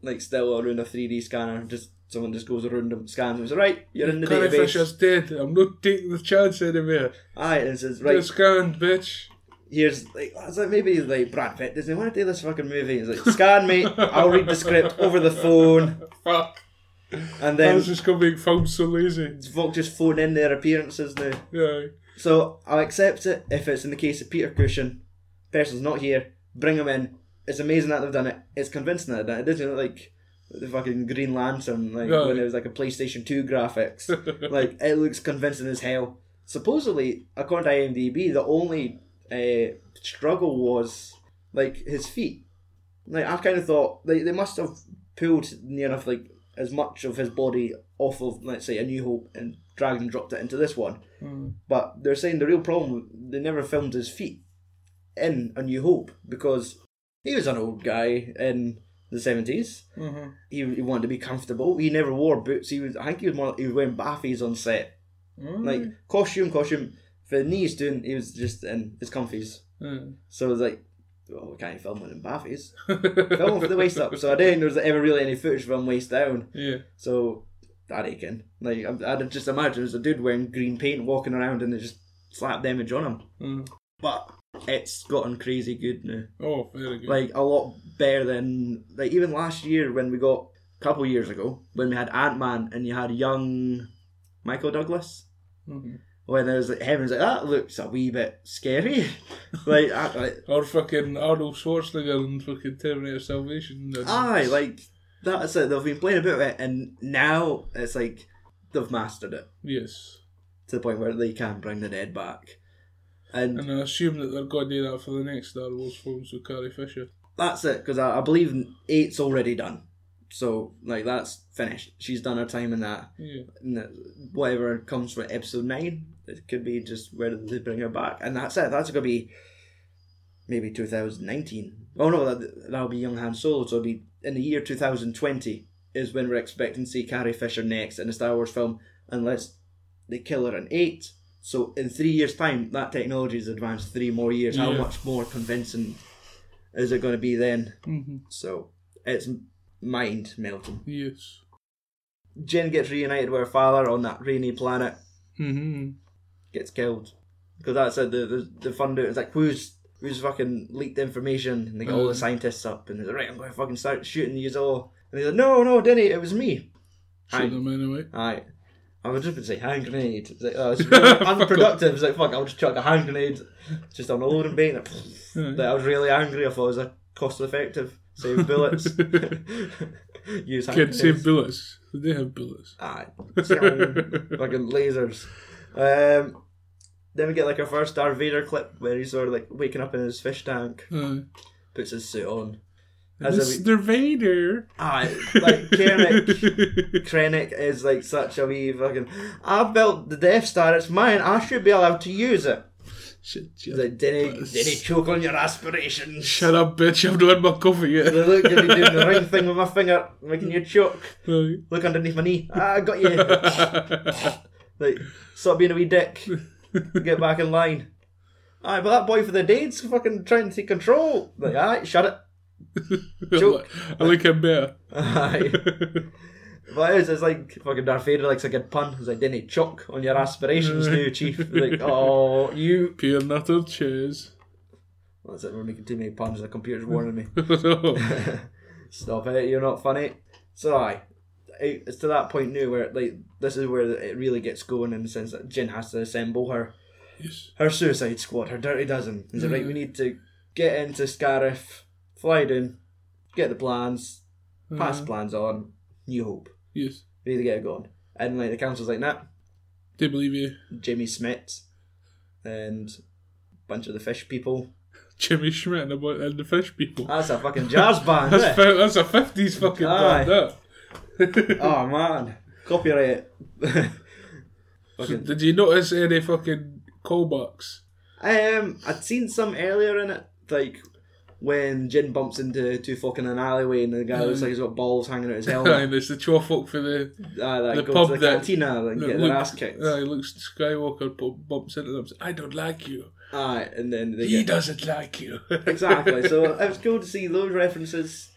S1: like still around a three D scanner, just someone just goes around and scans and says, Right, you're in the
S2: Carrie
S1: database.
S2: Fisher's dead. I'm not taking the chance anymore.
S1: Aye, and it says,
S2: Right.
S1: Right,
S2: You're scanned, bitch.
S1: here's like it's like maybe like Brad Pitt doesn't want to do this fucking movie. He's like, Scan me, I'll read the script over the phone
S2: Fuck.
S1: and
S2: I
S1: then
S2: was just going to make film so lazy.
S1: folk just phone in their appearances now.
S2: Yeah.
S1: So I'll accept it if it's in the case of Peter Cushing, person's not here, bring him in. It's amazing that they've done it. It's convincing that they've done it. It doesn't look like the fucking Green Lantern, like
S2: No.
S1: when it was like a PlayStation 2 graphics. like it looks convincing as hell. Supposedly, according to IMDb, the only uh, struggle was like his feet. Like I kind of thought they, they must have pulled near enough like as much of his body off of let's say a New Hope and dragged and dropped it into this one.
S2: Mm-hmm.
S1: But they're saying the real problem they never filmed his feet in A New Hope because he was an old guy in the seventies.
S2: Mhm.
S1: He, he wanted to be comfortable. He never wore boots. He was I think he was more he was wearing baffies on set.
S2: Mm.
S1: Like costume, costume for the knees doing he was just in his comfies.
S2: Hmm.
S1: So it was like well, we can't film it in baffies. Film it for the waist up. So I didn't know there was ever really any footage from waist down.
S2: yeah.
S1: So I reckon. Like I- I'd just imagine there's a dude wearing green paint walking around and they just slap the image on him.
S2: Mm.
S1: But it's gotten crazy good now.
S2: Oh, very good.
S1: Like a lot better than like even last year when we got a couple years ago when we had Ant Man and you had young Michael Douglas.
S2: Mhm.
S1: When there was like heaven's like that looks a wee bit scary. like, I, like
S2: Or fucking Arnold Schwarzenegger and fucking Terminator Salvation. and-
S1: aye, like that's it. They've been playing about it and now it's like they've mastered it
S2: Yes.
S1: to the point where they can bring the dead back. And
S2: And I assume that they're going to do that for the next Star Wars films with Carrie Fisher.
S1: that's it because I, I believe eight's already done so like that's finished she's done her time in that
S2: Yeah.
S1: and that- whatever comes from episode nine it could be just where they bring her back and that's it that's gonna be maybe 2019. Oh no, that, that'll be Young Han Solo, so it'll be in the year 2020 is when we're expecting to see Carrie Fisher next in a Star Wars film, unless they kill her in 8. So in three years' time, that technology has advanced three more years. How
S2: Yeah.
S1: much more convincing is it going to be then?
S2: hmm
S1: So it's mind melting.
S2: Yes.
S1: Jin gets reunited with her father on that rainy planet, Mm-hmm.
S2: hmm
S1: gets killed. Because that's it, the, the, the fund out. It's like, who's who's fucking leaked information? And they get all the
S2: Mm.
S1: scientists up, and they're like, right, I'm going to fucking start shooting you all. And they're like, no, no, Denny, it was me.
S2: Shoot
S1: Aye.
S2: them anyway.
S1: Aye. I was just going to say hand grenade. It's like, oh, it's really unproductive. It's like, fuck, I'll just chuck a hand grenade just on a loading bay. And it-
S2: Aye.
S1: Like, I was really angry. I thought it was a cost effective. Save bullets. Use hand
S2: Can't
S1: grenades.
S2: save bullets. They have bullets.
S1: Aye. Ah, fucking lasers. Um, then we get like our first Darth Vader clip where he's sort of like waking up in his fish tank,
S2: Aye.
S1: puts his suit on. As if he-
S2: Mr. Vader.
S1: Aye, like Krennic, Krennic is like such a wee fucking. I built the Death Star. It's mine. I should be allowed to use it.
S2: Shit,
S1: He's
S2: yeah.
S1: like, did he, did he choke on your aspirations?
S2: Shut up, bitch. I've not had my coffee yet.
S1: Look, did he do the ring thing with my finger, making you choke?
S2: Aye.
S1: Look underneath my knee. Ah, I got you. Like, stop being a wee dick. Get back in line. Aye, but that boy for the date's fucking trying to take control. Like, aye, shut it. Joke.
S2: I like him better.
S1: Aye. but it is, it's like fucking Darth Vader likes a good pun. He's like, didn't he choke on your aspirations, do you, chief? Like, oh, you.
S2: Pure nutter cheers.
S1: That's it, we're making too many puns. The computer's warning me.
S2: No.
S1: Stop it, you're not funny. So, aye. It- It's to that point now where, like, this is where it really gets going in the sense that Jin has to assemble her
S2: Yes.
S1: her suicide squad, her dirty dozen. Is it right? We need to get into Scarif, fly down, get the plans, pass
S2: Uh,
S1: plans on, New Hope.
S2: yes.
S1: We need to get it going. And like the council's like, nah,
S2: They believe you.
S1: Jimmy Smith and bunch of the fish people.
S2: Jimmy Schmidt and, about, and the fish people.
S1: That's a fucking jazz band. isn't
S2: That's,
S1: it?
S2: fi- that's a 50s fucking
S1: Aye.
S2: band, that.
S1: oh man. Copyright. fucking
S2: Did you notice any fucking callbacks?
S1: Um, I'd seen some earlier in it, like when Jin bumps into two fucking an alleyway and the guy looks like he's got balls hanging out his helmet.
S2: Aye, there's the chawfuck for the.
S1: Aye, like
S2: The
S1: go
S2: pub
S1: to the
S2: that-
S1: cantina and
S2: that uh,
S1: get
S2: look-
S1: their ass kicked.
S2: Aye, Luke Skywalker bu- bumps into them. says, I don't like you.
S1: Aye, and then they
S2: He
S1: get
S2: doesn't like you.
S1: exactly. So it was cool to see those references.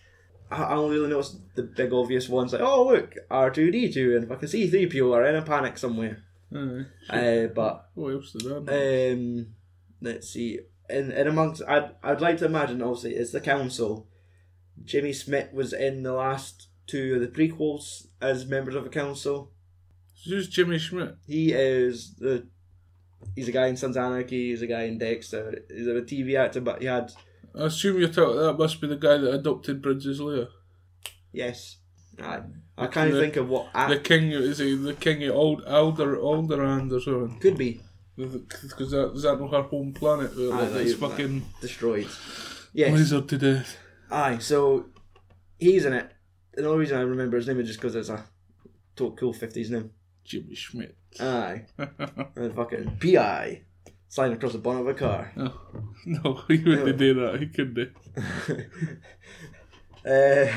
S1: I I only really noticed the big obvious ones like, oh look, R two D two and fucking C three PO are in a panic somewhere.
S2: Aye.
S1: Uh, but
S2: What else did I know?
S1: um, let's see. In in amongst, I'd I'd like to imagine obviously it's the council. Jimmy Smith was in the last two of the prequels as members of a council.
S2: Who's Jimmy Schmidt?
S1: He is the. He's a guy in Sons of Anarchy. He's a guy in Dexter. He's a TV actor, but he had
S2: I assume you're talking. That must be the guy that adopted Princess Leia.
S1: yes. I I can't
S2: The-
S1: think of what act
S2: The king is he the king of Old Alder Alderand or something?
S1: could be
S2: Because that is that not her home planet? Where,
S1: Aye,
S2: like,
S1: that
S2: it's
S1: is, man.
S2: fucking
S1: destroyed. Ah, Yes.
S2: laser to death.
S1: Aye. So he's in it. The only reason I remember his name is just because it's a to- cool fifties name.
S2: Jimmy Schmidt.
S1: Aye. and fucking PI sliding across the bonnet of a car.
S2: Oh, no, he wouldn't do that. He couldn't. do.
S1: Uh,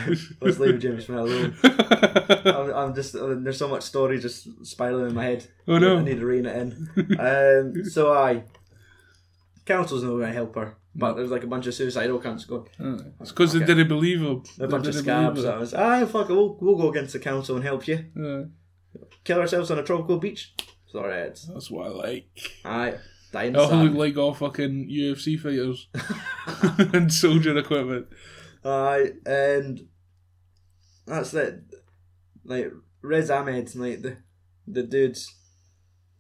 S1: let's leave James Smith alone. I'm, I'm just I'm- there's so much story just spiraling in my head.
S2: Oh, no.
S1: I need to rein it in. um, so I council's not going to help her, but there's like a bunch of suicidal cunts going.
S2: Aye. it's because they
S1: Okay.
S2: didn't believe him.
S1: A
S2: They
S1: bunch of
S2: didn't
S1: scabs.
S2: believe
S1: I was, ah, fuck, it, we'll, we'll go against the council and help you.
S2: him.
S1: Kill ourselves on a tropical beach. Sorry, Eds.
S2: Aye. That's what I like.
S1: Aye, dying
S2: They all Oh, look
S1: sad.
S2: like all fucking UFC fighters and soldier equipment.
S1: Aye, and that's it. Like Rez Ahmed, like the the dudes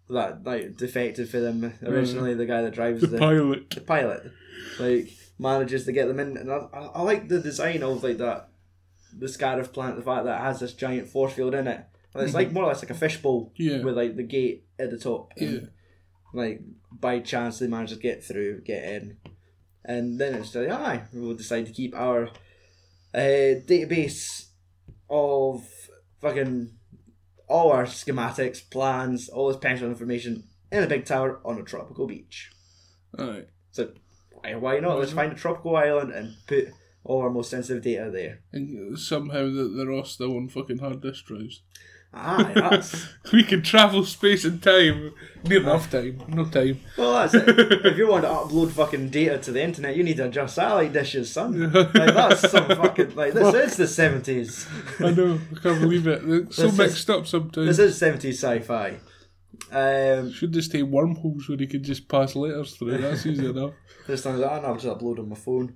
S1: that like defected for them originally, the guy that drives
S2: Mm. The
S1: the,
S2: pilot.
S1: the pilot, like manages to get them in, and I, I I like the design of like that the Scarif plant, the fact that it has this giant force field in it. And it's like more or less like a fishbowl
S2: Mhm. Yeah.
S1: with like the gate at the top.
S2: Yeah.
S1: Like by chance they manage to get through, get in, and then it's like, aye, we'll decide to keep our uh, database of fucking all our schematics, plans, all this pension information in a big tower on a tropical beach.
S2: Alright.
S1: So why, why not? Let's find a tropical island and put all our most sensitive data there.
S2: And somehow that they're all still on fucking hard disk drives.
S1: Ah, that's
S2: We can travel space and time. Near enough time. No time.
S1: well, that's it. If you want to upload fucking data to the internet, you need to adjust satellite dishes, son. Like that's some fucking like this is the seventies.
S2: I know. I can't believe it. It's so
S1: This is-
S2: mixed up sometimes.
S1: This is seventies sci-fi. Um,
S2: Should just take wormholes where he could just pass letters through. That's easy enough.
S1: this time, I will just upload on my phone.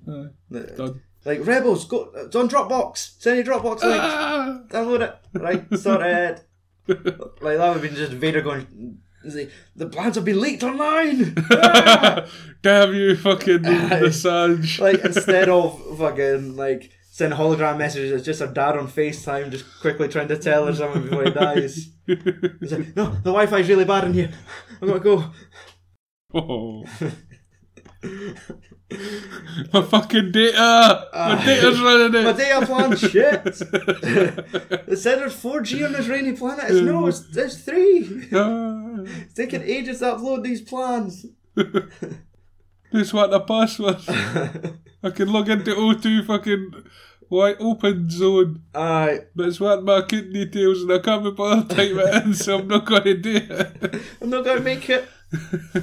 S2: Aye, done.
S1: Like rebels, go. It's on Dropbox. Send your Dropbox link.
S2: Ah!
S1: download it. Right, sorted. like that would be just Vader going. "Is it- The plans have been leaked online. Ah!
S2: Damn you, fucking Assange.
S1: like instead of fucking like sending hologram messages, it's just a dad on Facetime just quickly trying to tell her something before he dies. He's like, no, the Wi Fi's really bad in here. I'm gonna go.
S2: Oh. my fucking data! my data's running
S1: Ah. My
S2: out!
S1: data plan shit. it said there's 4G on this rainy planet. It's no, it's, it's three.
S2: Ah.
S1: It's taking ages to upload these plans.
S2: Just want a password. I can log into O2 fucking wide open zone,
S1: Aye.
S2: but it's what my kid details and I can't be bothered to type it in, so I'm not gonna do it.
S1: I'm not gonna make it.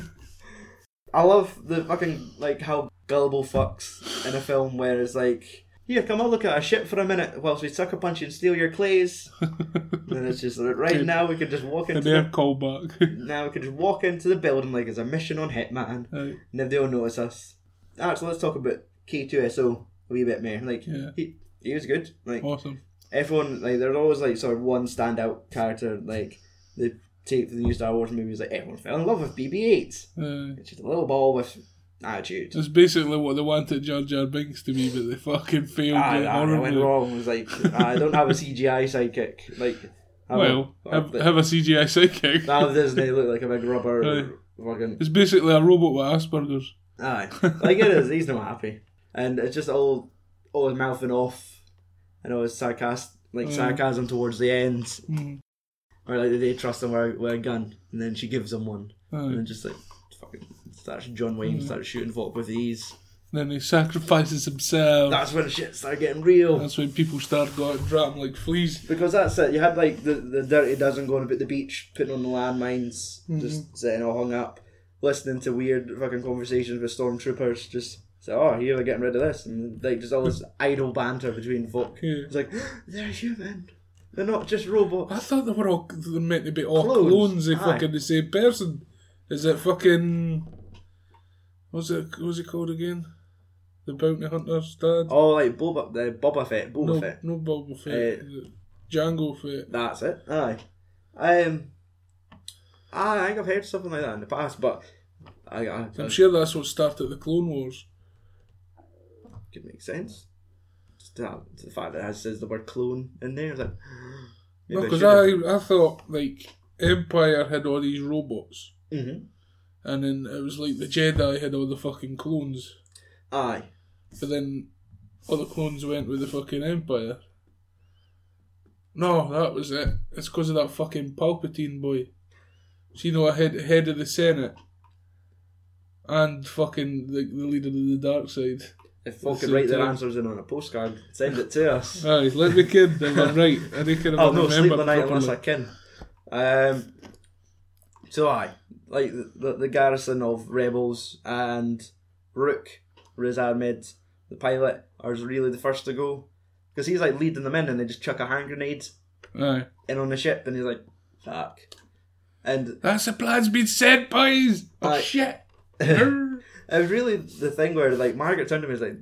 S1: I love the fucking like how gullible fucks in a film where it's like, here, come on, look at our shit for a minute whilst we sucker punch you and steal your clays. and it's just like, right now we can just walk into
S2: And then
S1: the,
S2: call back.
S1: now we can just walk into the building like it's a mission on Hitman.
S2: Right.
S1: And if they don't notice us, actually, let's talk about K2SO a wee bit more. Like
S2: Yeah.
S1: he, he was good. Like
S2: Awesome.
S1: everyone like there's always like sort of one standout character like they take for the new Star Wars movies like everyone fell in love with BB-8.
S2: Aye.
S1: It's just a little ball with attitude.
S2: That's Uh, basically what they wanted Jar Jar Binks to be, but they fucking failed
S1: Ah,
S2: it
S1: ah, I went
S2: horribly.
S1: wrong. It was like I don't have a CGI sidekick. Like I
S2: Well,
S1: don't-
S2: have,
S1: but
S2: have a CGI sidekick.
S1: now Disney look like a big rubber fucking
S2: It's basically a robot with Asperger's.
S1: aye. Like it is. He's not happy, and it's just all always mouthing off and always sarcastic, like
S2: Mm.
S1: sarcasm towards the end.
S2: Mm.
S1: Or like they trust him with a- with a gun, and then she gives him one. And
S2: Aye.
S1: then just like fucking starts John Wayne
S2: Mm.
S1: starts shooting folk with ease.
S2: Then he sacrifices himself.
S1: That's when shit started getting real.
S2: That's when people start going dropping like fleas.
S1: Because that's it. You had like the, the dirty dozen going about the beach, putting on the landmines,
S2: Mm-hmm.
S1: just sitting all hung up, listening to weird fucking conversations with stormtroopers. Just say, oh, here they're getting rid of this, and like just all this idle banter between folk.
S2: Yeah.
S1: It's like they're human. They're not just robots.
S2: I thought they were all they're meant to be all
S1: Clones,
S2: clones. They
S1: aye.
S2: fucking the same person. Is it fucking? What's it? What's it called again? The bounty hunter's dad.
S1: Oh, like Boba, the Boba Fett, Boba
S2: no,
S1: Fett.
S2: no Boba Fett.
S1: Eh.
S2: Django Fett.
S1: That's it. Aye. Um, I think I've heard something like that in the past, but I, I,
S2: I'm
S1: that
S2: sure that's what started the Clone Wars.
S1: could make sense. Just that, the fact that it says the word clone in there, it's like
S2: No,
S1: maybe
S2: because
S1: I should
S2: I, I thought like Empire had all these robots,
S1: have- Mhm.
S2: and then it was like the Jedi had all the fucking clones,
S1: Aye.
S2: but then all the clones went with the fucking Empire. No, that was it. It's because of that fucking Palpatine boy. So you know, a head head of the Senate, and fucking the, the leader of the dark side.
S1: If folk could
S2: So
S1: write their
S2: do-
S1: answers in on a postcard, send it to us.
S2: Aye, let me kid. If I'm right, I think I
S1: I'll Oh, no sleep
S2: remember
S1: the night unless
S2: properly.
S1: I can. Um, so aye, like the, the, the garrison of rebels and Rook, Riz Ahmed, the pilot, are really the first to go because he's like leading them in, and they just chuck a hand grenade
S2: Aye,
S1: in on the ship, and he's like, "Fuck!" And
S2: that's the plan's been said, boys. Oh
S1: Aye.
S2: shit. Arr.
S1: it was really the thing where like Margaret turned to me and was like,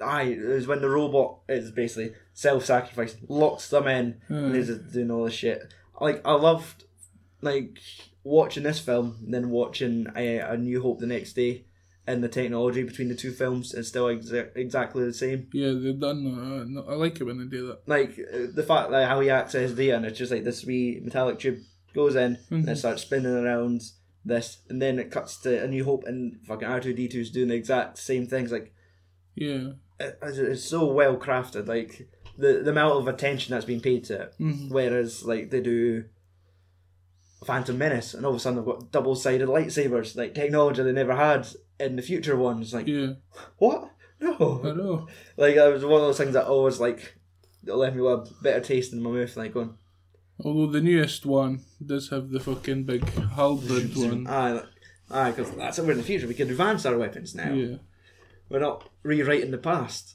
S1: "Aye," it was when the robot is basically self-sacrificed, locks them in, and he's just doing all this shit. Like I loved like watching this film, and then watching uh, A New Hope the next day, and the technology between the two films is still exa- exactly the same.
S2: Yeah, they've done that. I- no, I like it when they do that.
S1: Like uh, the fact like how he accesses data, and it's just like this wee metallic tube goes in and it starts spinning around this, and then it cuts to A New Hope, and fucking R two D 2s doing the exact same things. Like uh,
S2: Yeah.
S1: it- it's it's so well crafted. Like the the amount of attention that's been paid to it. Whereas like they do Phantom Menace, and all of a sudden they've got double sided lightsabers, like technology they never had in the future ones, like
S2: Yeah, Uh.
S1: what?
S2: I
S1: No,
S2: know.
S1: like that was one of those things that always like that left me with a bitter taste in my mouth. Like going,
S2: Although the newest one does have the fucking big halberd one.
S1: aye, like, aye, because that's what we're in the future. We can advance our weapons now.
S2: Yeah.
S1: We're not rewriting the past.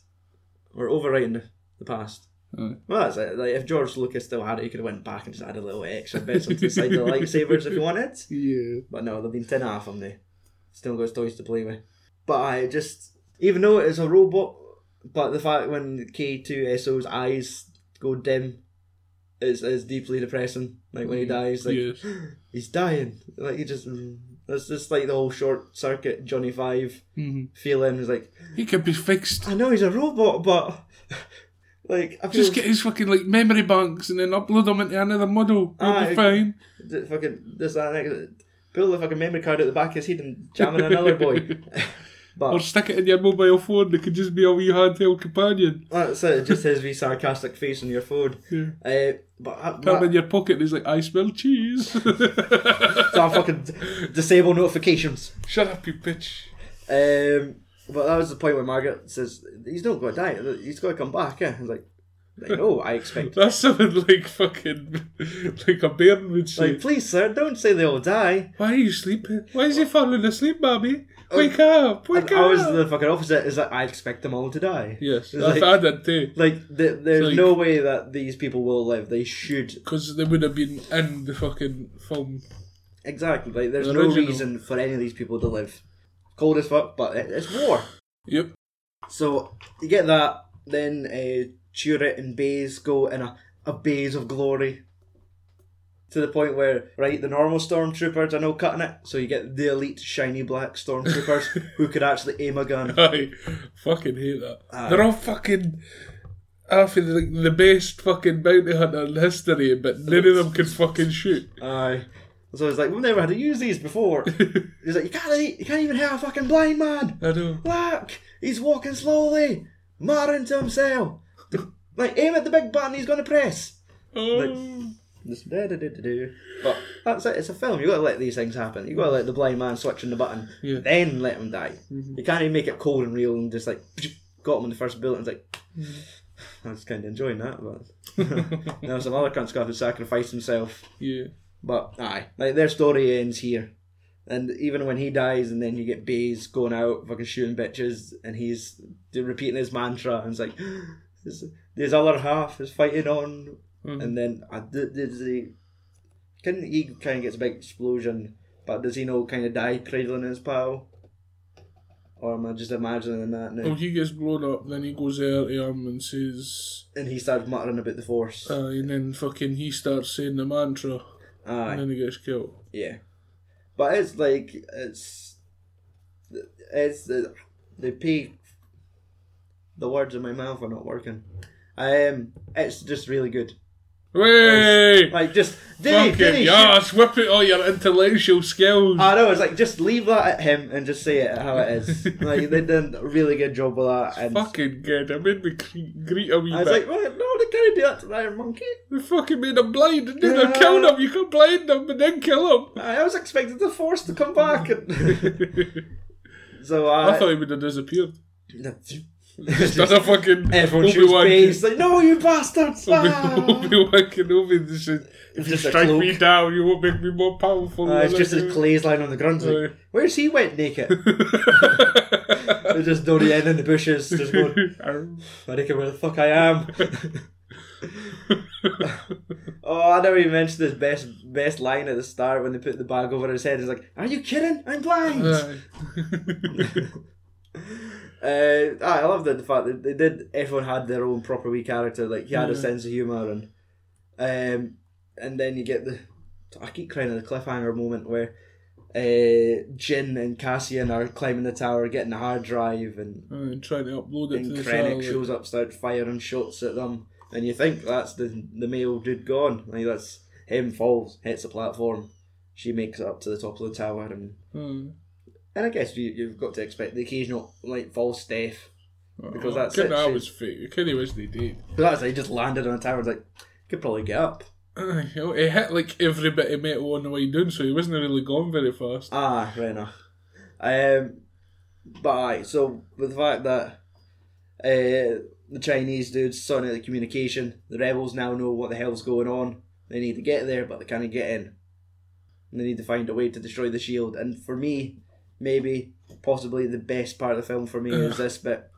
S1: We're overwriting the, the past.
S2: Aye.
S1: Well, that's it. Like if George Lucas still had it, he could have went back and just added a little extra bits onto the side of the lightsabers if he wanted.
S2: Yeah.
S1: But no, they've been ten half of them. They still got toys to play with. But I just, even though it's a robot, but the fact when K two SO's eyes go dim, is is deeply depressing. Like when he
S2: Mm-hmm.
S1: dies, like
S2: Yes.
S1: he's dying. Like he just, mm. that's just like the whole short circuit Johnny Five
S2: Mhm.
S1: feeling. Is like
S2: He could be fixed.
S1: I know he's a robot, but like I feel
S2: Just get his fucking like memory banks and then upload them into another model. We'll
S1: Aye.
S2: be fine.
S1: th- fucking this that and that. Pull the fucking memory card out the back of his head and jam in another boy. but
S2: Or stick it in your mobile phone. It could just be a wee handheld companion.
S1: That's it. Just his wee sarcastic face on your phone.
S2: Yeah.
S1: Uh, but I,
S2: Put 'em
S1: my,
S2: in your pocket and he's like, I smell cheese.
S1: so I fucking d- disable notifications.
S2: Shut up, you bitch.
S1: Um, but that was the point where Margaret says he's not going to die. He's going to come back. Yeah, I was like, like no, I expect.
S2: That's something like fucking like a bairn would say.
S1: Like, please, sir, don't say they all die.
S2: Why are you sleeping? Why is he falling asleep, Bobby? Wake up! Wake
S1: And I
S2: up!
S1: was the fucking opposite. Is that I expect them all to die.
S2: yes,
S1: It's
S2: that's
S1: like-
S2: I did too.
S1: Like, th- there's
S2: Like-
S1: no way that these people will live. They should
S2: Because they would have been in the fucking film.
S1: exactly. Like, there's
S2: The
S1: no
S2: original.
S1: reason for any of these people to live. Cold as fuck, but it- it's war.
S2: Yep.
S1: So you get that, then uh, Turet and Baze go in a, a baze of glory. To the point where, right, the normal stormtroopers are no cutting it, so you get the elite shiny black stormtroopers who could actually aim a gun.
S2: I fucking hate that.
S1: Aye.
S2: They're all fucking. Half of the, like, the best fucking bounty hunter in history, but none of them can fucking shoot.
S1: Aye. So it's like, we've never had to use these before. He's like, you can't, e- you can't even have a fucking blind man.
S2: I know.
S1: Look, he's walking slowly, muttering to himself. Like, aim at the big button he's going to press.
S2: Oh.
S1: Just da da da da do. But that's it. It's a film. You got to let these things happen. You got to let the blind man switch on the button,
S2: Yeah.
S1: then let him die. You can't even make it cold and real and just like got him in the first bullet. And it's like I was kind of enjoying that, but now some other cunt's got to sacrifice himself.
S2: yeah.
S1: But aye, like their story ends here. And even when he dies, and then you get Baze going out fucking shooting bitches, and he's d- repeating his mantra, and it's like, his, his other half is fighting on,
S2: Mhm.
S1: and then I d- did he, can he kind of gets a big explosion, but does he know kind of die cradling his pal, or am I just imagining that now?
S2: Well, he gets blown up, then he goes there to him and says,
S1: And he starts muttering about the force.
S2: uh, and then fucking he starts saying the mantra,
S1: Aye.
S2: and then he gets killed.
S1: Yeah, but it's like it's it's the the peak. The words in my mouth are not working. Um, it's just really good.
S2: Hey!
S1: Like just did he, did
S2: Fucking
S1: he shoot-
S2: yes, whip it all your intellectual skills.
S1: I know it's like just leave that at him and just say it how it is. like they did a really good job with that. And
S2: fucking good. I made me cre- greet a wee
S1: I was
S2: bit.
S1: like, well, no, they can't do that to the Iron Monkey.
S2: they fucking made him blind and then
S1: Yeah.
S2: I killed him. You can blind him and then kill him.
S1: I was expecting the Force to come back. And so uh, I,
S2: I thought he would have disappeared.
S1: Just-
S2: Just done a fucking
S1: everyone shoots
S2: Obi-Wan-
S1: base. Like, no, you bastards!
S2: Obi-
S1: Ah!
S2: Obi-Wan Kenobi just said, if you
S1: Just a
S2: strike me
S1: cloak.
S2: down, you won't make me more powerful.
S1: Uh, it's
S2: than
S1: just
S2: I
S1: his clays lying on the ground. It's like,
S2: Aye.
S1: Where's he went naked?
S2: do."
S1: They're just Donnie Yen in the bushes, just going, I reckon where the fuck I am. oh, I never even mentioned his best best line at the start when they put the bag over his head. He's like, Are you kidding? I'm blind! Uh, Uh, aye, I love the, the fact that they did, everyone had their own proper wee character. Like, he had a
S2: Yeah.
S1: sense of humour and. Um, and then you get the. I keep crying at the cliffhanger moment where uh, Jin and Cassian are climbing the tower, getting the hard drive, and
S2: and trying to upload it
S1: and
S2: to the
S1: Krennic
S2: satellite.
S1: shows up, starts firing shots at them, and you think that's the the male dude gone. Like that's him falls, hits the platform. She makes it up to the top of the tower, and
S2: Aye. Oh,
S1: and I guess you you've got to expect the occasional like false Steph. Because
S2: Oh,
S1: that's
S2: kid,
S1: it,
S2: That
S1: she-
S2: was fake. Kenny wish they did.
S1: But that's he just landed on a tower. It's like could probably get up.
S2: Aye, you know, He hit like every bit of metal on the way down, so he wasn't really gone very fast.
S1: Ah, right enough. Um, But aye, so with the fact that uh, the Chinese dudes sorting out the communication, the rebels now know what the hell's going on. They need to get there, but they can't get in. And they need to find a way to destroy the shield. And for me, maybe, possibly the best part of the film for me is this bit.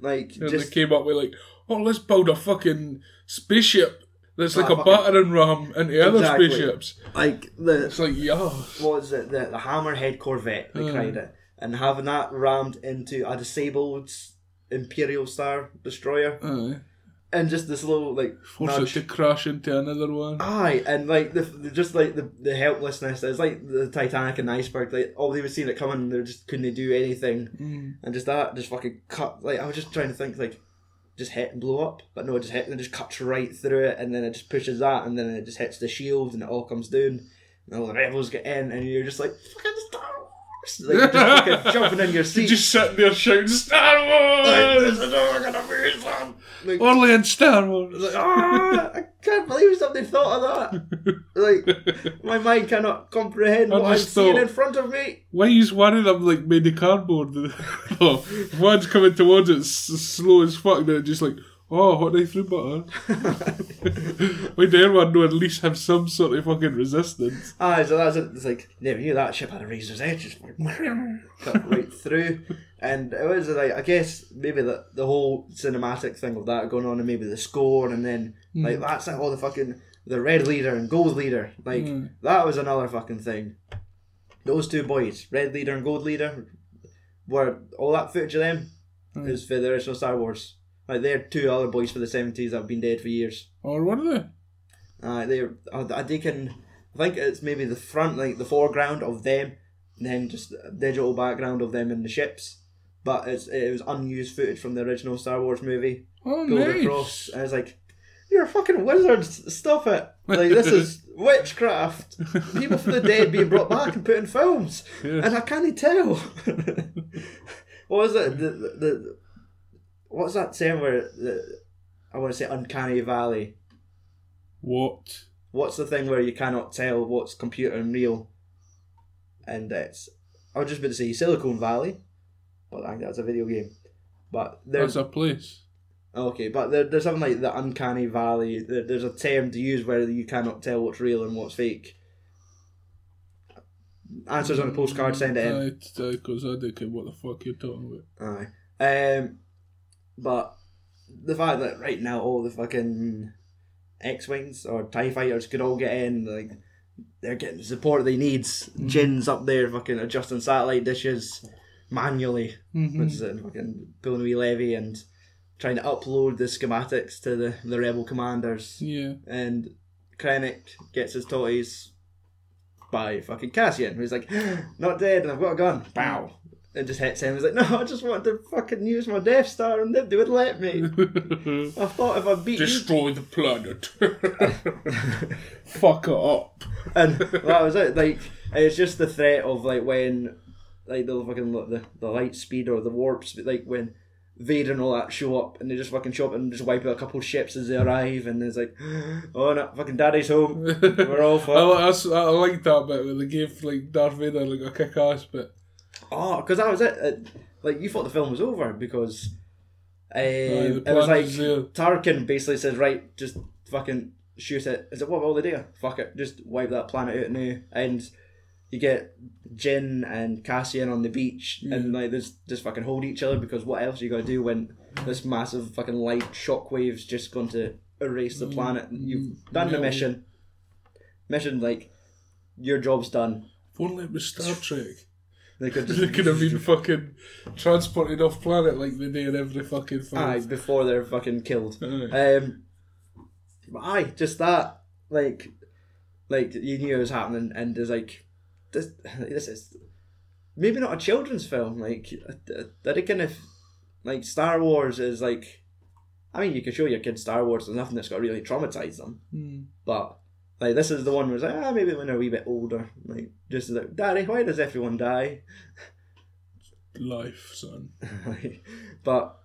S1: Like,
S2: And
S1: just
S2: they came up with like, oh, let's build a fucking spaceship that's like
S1: Ah,
S2: a
S1: fucking-
S2: battering ram into other
S1: Exactly.
S2: spaceships.
S1: like the
S2: It's like, yeah.
S1: what is it, the, the Hammerhead Corvette, they
S2: Mm.
S1: cried it, and having that rammed into a disabled Imperial Star Destroyer,
S2: Aye.
S1: and just this little, like,
S2: Force it
S1: nudge. Ah,
S2: to crash into another one.
S1: Aye, and like the, the just like the, the helplessness. It's like the Titanic and the iceberg. Like all they were seeing it coming, they just couldn't do anything,
S2: Mm.
S1: and just that just fucking cut. Like I was just trying to think like. Just hit and blow up, but no, it just hit and it just cuts right through it, and then it just pushes that, and then it just hits the shield, and it all comes down, and all the rebels get in, and you're just like fucking Star Wars, like you're just fucking jumping in your seat.
S2: Just sitting there shouting, Star
S1: like,
S2: Wars!
S1: this is all gonna be fun. Like,
S2: Only in Star Wars.
S1: like, ah, I can't believe somebody thought of that. Like, my mind cannot comprehend
S2: I
S1: what I'm
S2: just
S1: seeing
S2: thought-
S1: in front of me.
S2: Why is one of them like made of cardboard? oh, one's coming towards it s- slow as fuck. They're just like, oh, what they threw butter. Why did everyone know at least have some sort of fucking resistance?
S1: Ah, so that's it. It's like, never knew that ship had a razor's edge. Just cut right through. And it was like, I guess maybe the, the whole cinematic thing of that going on, and maybe the score, and then,
S2: Mm.
S1: like, that's like all the fucking. The red leader and gold leader. Like,
S2: Mm.
S1: that was another fucking thing. Those two boys, red leader and gold leader, were all that footage of them
S2: Mm.
S1: is for the original Star Wars. Like they're two other boys for the seventies that have been dead for years.
S2: Or what are they?
S1: Uh, they're uh, I think in, I think it's maybe the front, like the foreground of them, and then just a digital background of them in the ships. But it's it was unused footage from the original Star Wars movie.
S2: Oh,
S1: Gold
S2: nice.
S1: across, and I was like, "You're a fucking wizards! Stop it! Like this is witchcraft. People from the dead being brought back and put in films,
S2: Yeah.
S1: and I can't tell. what was it? The, the, the what's that saying where the, I want to say uncanny valley?
S2: What?
S1: What's the thing where you cannot tell what's computer and real? And it's I was just about to say Silicon Valley, but I think that's a video game. But there's
S2: That's a place.
S1: Okay, but there, there's something like the uncanny valley. There, there's a term to use where you cannot tell what's real and what's fake. Answers on a postcard, uh, send it in.
S2: Because uh, I don't care what the fuck you're talking about.
S1: Aye. Um, but the fact that right now all the fucking X Wings or TIE fighters could all get in, like, they're getting the support they need. Jin's up there fucking adjusting satellite dishes manually.
S2: Mm-hmm.
S1: which is it, fucking pulling a wee levy and trying to upload the schematics to the, the rebel commanders.
S2: Yeah.
S1: And Krennic gets his toys by fucking Cassian, who's like, not dead, and I've got a gun. Bow. And just hits him. He's like, no, I just wanted to fucking use my Death Star, and they would let me. I thought if I beat you
S2: Destroy the planet. fuck it up.
S1: and that was it. Like it's just the threat of like when like the fucking the, the light speed or the warps, but like when Vader and all that show up and they just fucking show up and just wipe out a couple of ships as they arrive and it's like, oh no, fucking daddy's home. We're all
S2: I,
S1: fucked.
S2: li- I, s- I like that bit where they gave like Darth Vader like a kick ass bit.
S1: Oh, because that was it. It- Like you thought the film was over because um,
S2: the
S1: it was
S2: plan
S1: like
S2: is there.
S1: Tarkin basically says, right, just fucking shoot it. Is it what will they do? Fuck it, just wipe that planet out now. And you get Jin and Cassian on the beach, and like they just, just fucking hold each other because what else are you gonna do when this massive fucking light shockwave's just going to erase the planet? You've done the
S2: Mm, Yeah.
S1: mission. Mission like your job's done.
S2: If only it was Star Trek.
S1: They could
S2: They
S1: just
S2: could have been fucking transported off planet like they do in every fucking film.
S1: Aye, before they're fucking killed.
S2: Aye.
S1: Um, but aye, just that. Like, like you knew it was happening, and there's like, this, this is maybe not a children's film. Like, that it kind of like Star Wars is like. I mean, you can show your kids Star Wars. There's nothing that's going to really traumatize them.
S2: Hmm.
S1: But like, this is the one where it's like, ah, maybe when they're a wee bit older, like, just like, Daddy, why does everyone die?
S2: Life, son.
S1: but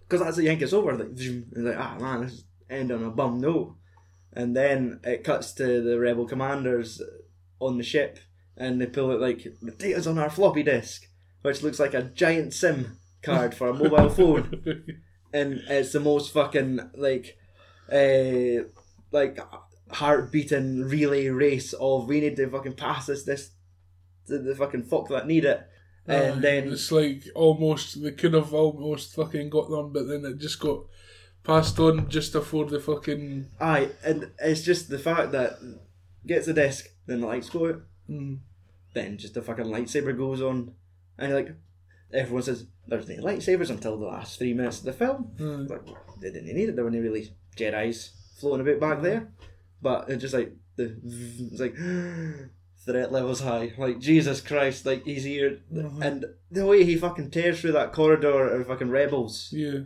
S1: because that's the yank it's over like, zoom, and like ah man let's end on a bum note and then it cuts to the rebel commanders on the ship and they pull it like the data's on our floppy disk which looks like a giant SIM card for a mobile phone and it's the most fucking like uh like heart beating relay race of we need to fucking pass this this to the fucking fuck that need it and
S2: Aye,
S1: then
S2: Oh, it's like almost they could have almost fucking got on, but then it just got passed on just before the fucking
S1: aye and it's just the fact that gets the disc then the lights go out
S2: mm,
S1: then just the fucking lightsaber goes on and you're like everyone says there's no lightsabers until the last three minutes of the film
S2: aye.
S1: like they didn't need it. There were no really Jedi's floating about back there, but it's just like the it's like threat levels high. Like Jesus Christ, like he's here,
S2: Mhm.
S1: and the way he fucking tears through that corridor of fucking rebels
S2: yeah.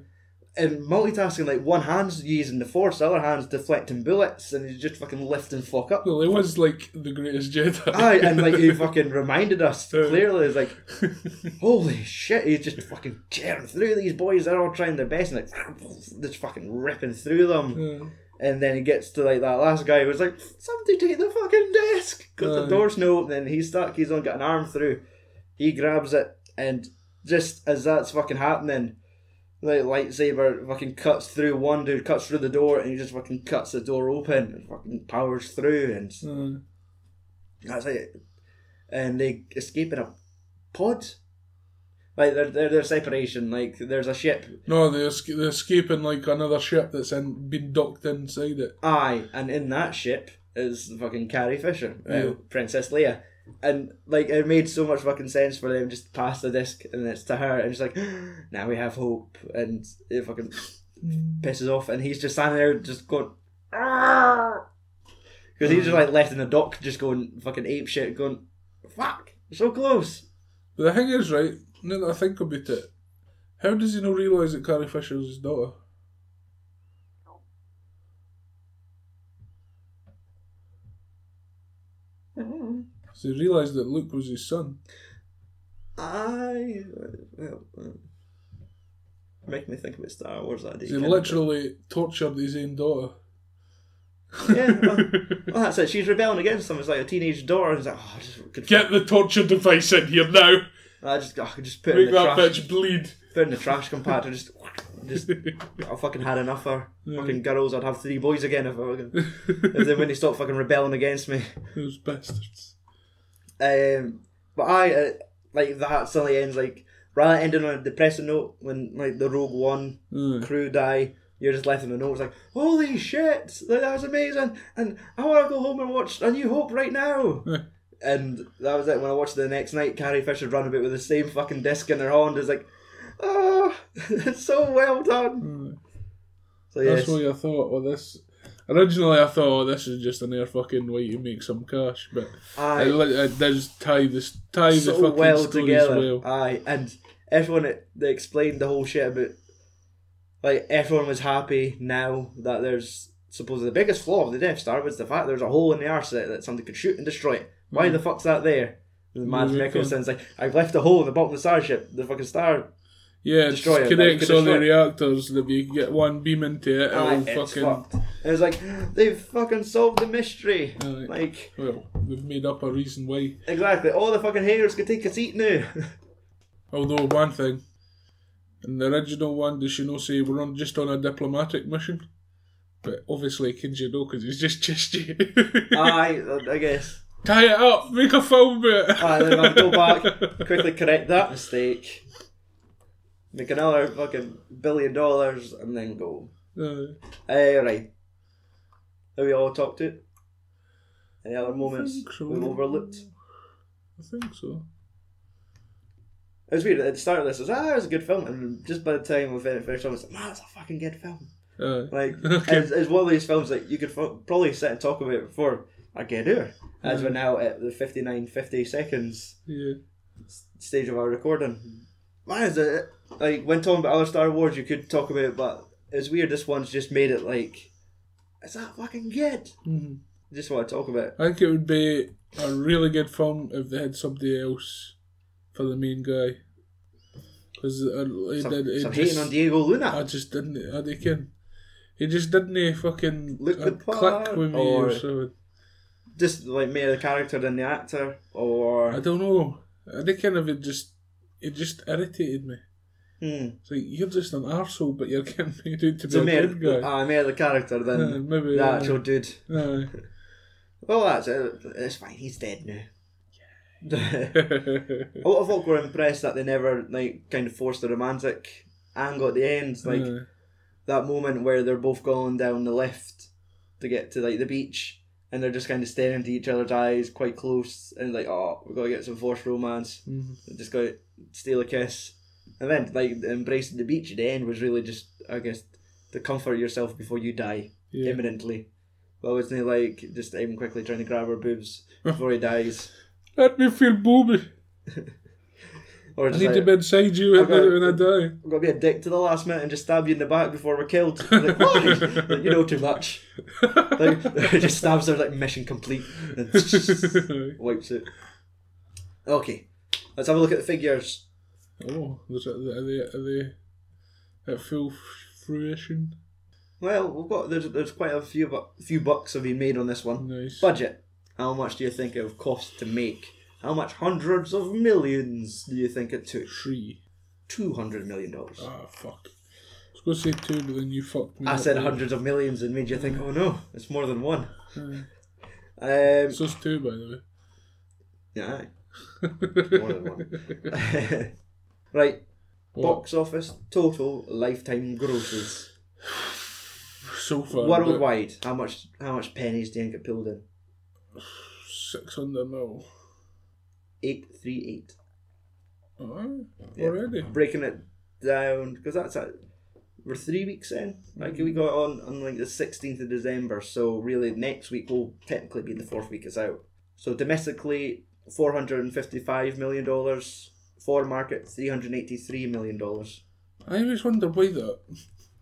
S1: and multitasking, like one hand's using the force, the other hand's deflecting bullets, and he's just fucking lifting fuck up.
S2: Well, it was like the greatest Jedi.
S1: Aye, and like he fucking reminded us clearly, it's like holy shit, he's just fucking tearing through these boys. They're all trying their best, and like just fucking ripping through them.
S2: Aye.
S1: And then he gets to like that last guy who's like, somebody take the fucking desk. Because the
S2: Aye.
S1: door's no open and he's stuck, he's on got an arm through. He grabs it and just as that's fucking happening, the lightsaber fucking cuts through one dude, cuts through the door, and he just fucking cuts the door open and fucking powers through and
S2: Aye.
S1: that's it. And they escape in a pod. Like they're they're, they're separation, like there's a ship
S2: No, they're, esca- they're escaping like another ship that's in, been docked inside it.
S1: Aye, and in that ship is fucking Carrie Fisher, uh,
S2: Yeah.
S1: Princess Leia. And like it made so much fucking sense for them just to pass the disc and it's to her and she's like, now we have hope and it fucking pisses off and he's just standing there just going because he's
S2: Mm.
S1: just like left in the dock just going fucking ape shit going fuck you're so close
S2: But the thing is, right, now that I think about it, how does he not realise that Carrie Fisher's his daughter? So he realised that Luke was his son.
S1: I well, uh, make me think about Star Wars that day
S2: He
S1: kinda.
S2: literally tortured his own daughter.
S1: yeah well, Well, that's it. She's rebelling against them. It's like a teenage daughter. And it's like, oh, I just could
S2: Get the torture device in here now.
S1: I just, oh, I could just put it
S2: Make
S1: in the
S2: that
S1: trash.
S2: bitch bleed.
S1: Put it in the trash compactor. Just, just, I fucking had enough of her. fucking girls. I'd have three boys again if I fucking, if they when they stop fucking rebelling against me.
S2: Those bastards.
S1: Um, but I uh, like that suddenly ends like rather than ending on a depressing note when like the Rogue One
S2: Aye.
S1: crew die. You're just left in the note. It's like, holy shit, like, that was amazing, and I want to go home and watch A New Hope right now.
S2: Yeah.
S1: and that was it. When I watched it the next night, Carrie Fisher run about with the same fucking disc in her hand. It's like, oh, it's so well done.
S2: Aye.
S1: So
S2: That's
S1: yes,
S2: what I thought. Well, this originally I thought oh, this is just an air fucking way to make some cash, but
S1: aye,
S2: it, li- it does uh, tie this tie the
S1: so
S2: fucking
S1: well
S2: stories
S1: together.
S2: well.
S1: Aye, and everyone they explained the whole shit about like everyone was happy now that there's supposedly the biggest flaw of the Death Star was the fact there's a hole in the arse that, that somebody could shoot and destroy it. Why
S2: Mm.
S1: the fuck's that there? And Mads
S2: Yeah,
S1: Mikkelsen's like, I've left a hole in the bottom of the starship. The fucking star
S2: Yeah, it
S1: Destroy it, like,
S2: connects
S1: you
S2: all the
S1: destroy it.
S2: reactors that you can get one beam into it.
S1: Aye, it's
S2: It'll Oh, fucking
S1: fucked. It was like they've fucking solved the mystery.
S2: Aye.
S1: Like
S2: well, they've made up a reason why.
S1: exactly, all the fucking haters could take a seat now.
S2: Although one thing, in the original one, does she not say we're on just on a diplomatic mission? But obviously, Kinji no, because he's just just you.
S1: Aye, I guess.
S2: Tie it up, make a film about it.
S1: Aye, then I'll Ah, go back quickly correct that mistake. Make another fucking billion dollars and then go.
S2: Aye.
S1: Aye, right. Have we all talked to? it? Any other moments
S2: think so.
S1: we've overlooked?
S2: I think so.
S1: It was weird at the start of this. It was ah, it was a good film, and just by the time we finished, finished, I was like, man, it's a fucking good film.
S2: Aye.
S1: Like
S2: Okay.
S1: it's, it's one of these films that you could fu- probably sit and talk about it for a good hour.
S2: Mm.
S1: As we're now at the 59, 50 seconds
S2: yeah.
S1: stage of our recording. Why is it like when talking about other Star Wars you could talk about it, but it's weird this one's just made it like it's that fucking good.
S2: Mhm.
S1: Just want to talk about it.
S2: I think it would be a really good film if they had somebody else for the main guy. Because he
S1: Some,
S2: did. He
S1: some
S2: just,
S1: hating on Diego Luna.
S2: I just didn't. I reckon he just didn't fucking
S1: Look the
S2: uh, click
S1: part,
S2: with me
S1: or-
S2: or, something.
S1: just like made the character than the actor
S2: I
S1: or
S2: don't know. I reckon if it just it just irritated me.
S1: Hmm.
S2: It's like you're just an arsehole, but you're getting paid out to
S1: It's
S2: be
S1: a
S2: a
S1: mere,
S2: good guy.
S1: uh, mere the character than
S2: Uh, maybe
S1: the
S2: uh,
S1: actual dude.
S2: aye.
S1: Well, that's it. It's fine. He's dead now. a lot of folk were impressed that they never like kind of forced the romantic angle at the end, like
S2: Aye.
S1: that moment where they're both going down the lift to get to like the beach, and they're just kind of staring into each other's eyes, quite close, and like, oh, we're gonna get some forced romance.
S2: Mhm.
S1: We're just gonna steal a kiss, and then like embracing the beach at the end was really just, I guess, to comfort yourself before you die
S2: yeah.
S1: imminently. Well, isn't he like just aim quickly trying to grab her boobs before he dies?
S2: Let me feel booby.
S1: Or
S2: I
S1: just
S2: need
S1: like,
S2: to be inside you when,
S1: Okay.
S2: when I die.
S1: I'm gonna be a dick to the last minute and just stab you in the back before we're killed. Like, why? Like, you know too much. Like, just stabs her like mission complete and wipes it. Okay, let's have a look at the figures.
S2: oh, was it, are they are they at full fruition?
S1: Well, we've got there's there's quite a few bu- few bucks have been made on this one.
S2: Nice.
S1: Budget. How much do you think it would cost to make? How much hundreds of millions do you think it took?
S2: Three.
S1: Two hundred million dollars.
S2: Ah fuck. I was gonna say two, but then you fucked me.
S1: I
S2: up
S1: said
S2: there.
S1: hundreds of millions and made you think, oh no, it's more than one.
S2: Aye.
S1: Um,
S2: So it's two, by the
S1: yeah, aye,
S2: way.
S1: more than one. right,
S2: Oh,
S1: box office total lifetime grosses
S2: so far,
S1: worldwide. How much? How much pennies do you think it pulled in?
S2: six hundred mil.
S1: Eight three eight.
S2: Aye,
S1: Yeah.
S2: already.
S1: Breaking it down because that's a, we're three weeks in. Like we got on on like the sixteenth of December, so really next week will technically be the fourth week is out. So domestically, four hundred and fifty-five million dollars. Foreign market, three hundred eighty-three million dollars.
S2: I always wonder why that.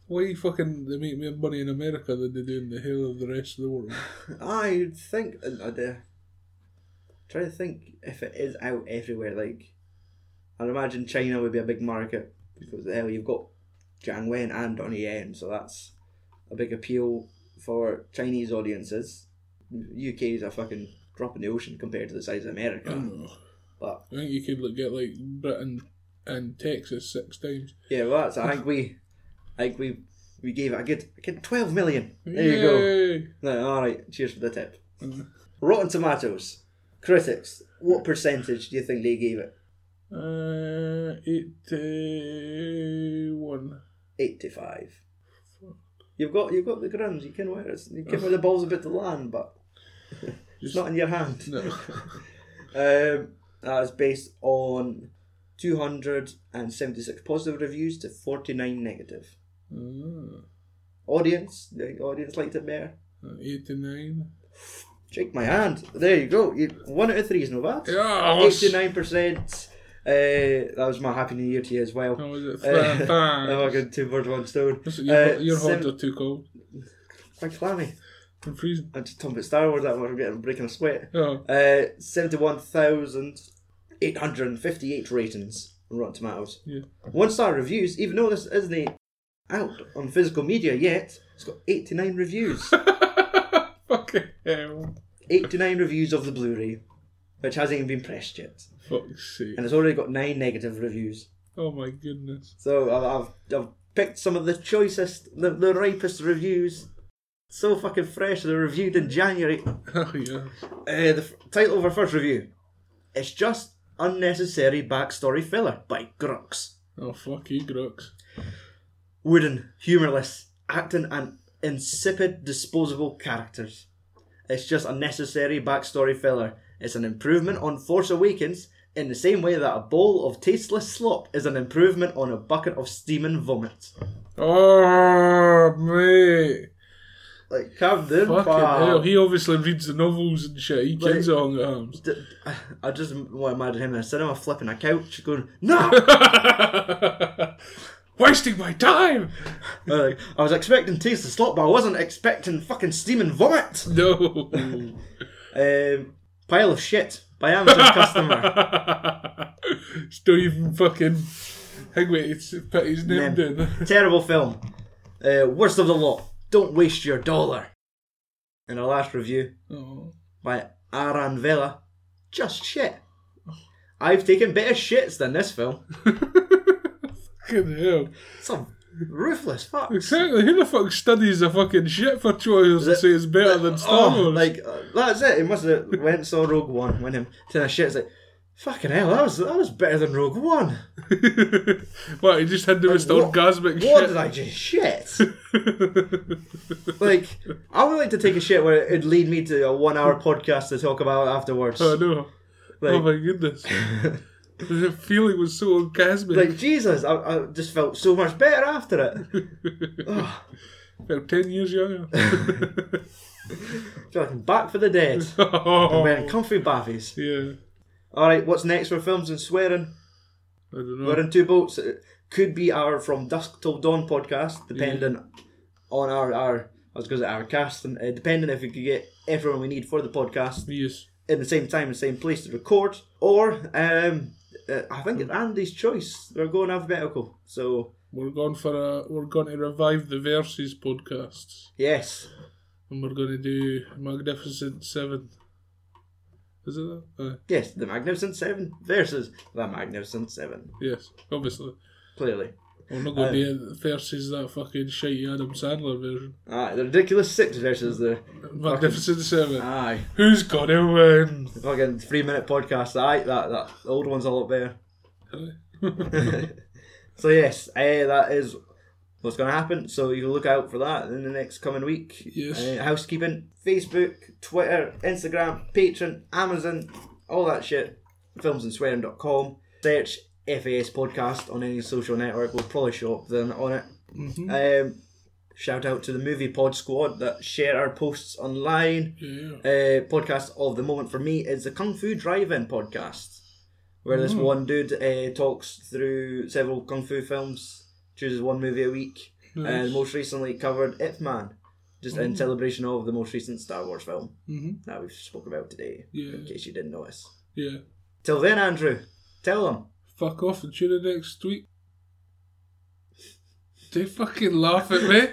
S2: Why fucking they make more money in America than they do in the hell of the rest of the world?
S1: I think I'd uh, try to think if it is out everywhere. Like, I'd imagine China would be a big market because hell, you've got Jiang Wen and Donnie Yen, so that's a big appeal for Chinese audiences. UK is a fucking drop in the ocean compared to the size of
S2: I
S1: America.
S2: don't know.
S1: But
S2: I think you could like, get like Britain and Texas six times.
S1: yeah, well, that's I think we, I think we, we gave it a good, a good twelve million. There you go.
S2: Yay!
S1: No, all right. Cheers for the tip.
S2: Mm-hmm.
S1: Rotten Tomatoes critics. What percentage do you think they gave it?
S2: Uh, eighty-one.
S1: Eighty-five. You've got you've got the grounds. You can wear it. You can wear the balls a bit to land, but it's
S2: Just-
S1: not in your hand.
S2: No.
S1: Um, that is based on two hundred and seventy-six positive reviews to forty-nine negative.
S2: uh,
S1: Audience, the audience liked it better.
S2: eighty-nine.
S1: Shake my hand. There you go. You, one out of three is no bad.
S2: Yeah, oh, I was-
S1: Eighty-nine percent. Uh, that was my happy new year to you as well.
S2: How was it?
S1: Uh,
S2: Thanks.
S1: Oh, I got two birds, one stone.
S2: Oh, Listen, Your,
S1: Uh,
S2: your
S1: seven-
S2: hands are too cold.
S1: Quite clammy.
S2: I'm freezing.
S1: I'm just talking about Star Wars that much. I'm getting breaking a sweat.
S2: Oh,
S1: Uh, seventy-one thousand eight hundred and fifty-eight ratings on Rotten Tomatoes.
S2: yeah.
S1: One-star reviews. Even though this isn't a- out on physical media yet, it's got eighty-nine reviews.
S2: Fucking hell.
S1: eighty-nine reviews of the Blu-ray, which hasn't even been pressed yet,
S2: Fuck's sake.
S1: and it's already got nine negative reviews.
S2: Oh my goodness.
S1: So I've, I've, I've picked some of the choicest, the, the ripest reviews. So fucking fresh. They're reviewed in January.
S2: Oh yeah.
S1: Uh, the f- title of our first review. It's just unnecessary backstory filler by Grux.
S2: Oh fuck you, Grux.
S1: Wooden, humorless, acting, and insipid, disposable characters. It's just unnecessary backstory filler. It's an improvement on Force Awakens in the same way that a bowl of tasteless slop is an improvement on a bucket of steaming vomit.
S2: Oh mate.
S1: Like, calm down,
S2: Fucking
S1: pal.
S2: hell. He obviously reads the novels and shit. He
S1: Like-
S2: kins it on the arms.
S1: D- I- I just want to imagine him in a cinema flipping a couch going, No!
S2: Wasting my time.
S1: Uh, I was expecting taste the slot, but I wasn't expecting fucking steaming vomit.
S2: No.
S1: Um, pile of shit by Amazon customer.
S2: Still even fucking. Hang wait, it's put his name
S1: Name.
S2: down.
S1: Terrible film. Uh, worst of the lot. Don't waste your dollar. And our last review
S2: Oh.
S1: by Aran Vela. Just shit. I've taken better shits than this film.
S2: Fucking hell.
S1: Some ruthless fuck.
S2: Exactly. Who the fuck studies a fucking shit for two hours and say it's better than Star
S1: Oh,
S2: Wars?
S1: like uh, that's it. It must have went and saw Rogue One. Went him to that shit. It's like fucking hell. That was that was better than Rogue One.
S2: what, he just had the most
S1: what-
S2: orgasmic
S1: What
S2: shit.
S1: did I just shit? like I would like to take a shit where it'd lead me to a one-hour podcast to talk about afterwards.
S2: Oh, no. oh,
S1: Like-
S2: my goodness. the feeling was so orgasmic.
S1: like Jesus, I, I just felt so much better after it.
S2: About 10 years younger.
S1: I feel like I'm back for the dead.
S2: Oh.
S1: I'm wearing comfy baffies.
S2: yeah.
S1: All right, what's next for films and swearing?
S2: I don't know.
S1: We're in two boats. It could be our From Dusk Till Dawn podcast, depending on our, our I was going to say our cast, and uh, depending if we could get everyone we need for the podcast
S2: yes.
S1: in the same time and same place to record, or um, uh, I think it's Andy's choice. They're going alphabetical, so
S2: We're going for a. We're going to revive the Versus podcasts,
S1: yes,
S2: and we're going to do Magnificent Seven. Is it that? Uh,
S1: yes, the Magnificent Seven versus the Magnificent Seven,
S2: yes, obviously.
S1: clearly.
S2: We're not going to do Versus that fucking shitty Adam Sandler version.
S1: Aye, the ridiculous six versus the
S2: Magnificent Seven.
S1: aye
S2: Who's gonna win?
S1: the fucking three minute podcast. Aye, that that the old one's a lot better. so yes, eh, that is what's going to happen. So you can look out for that in the next coming week.
S2: Yes.
S1: Eh, housekeeping: Facebook, Twitter, Instagram, Patreon, Amazon, all that shit. Filmsandswearing.com. Search FAS podcast on any social network. We'll probably show up then on it.
S2: Mm-hmm.
S1: Um, shout out to the Movie Pod Squad that share our posts online
S2: yeah.
S1: uh, podcast of the moment for me is the Kung Fu Drive-In podcast, where this one dude uh, talks through several kung fu films, chooses one movie a week, and most recently covered Ip Man, just in celebration of the most recent Star Wars film
S2: Mhm.
S1: that we've spoke about today.
S2: Yeah.
S1: In case you didn't notice.
S2: Yeah.
S1: Till then, Andrew, tell them.
S2: Fuck off and tune in next week. They fucking laugh at me.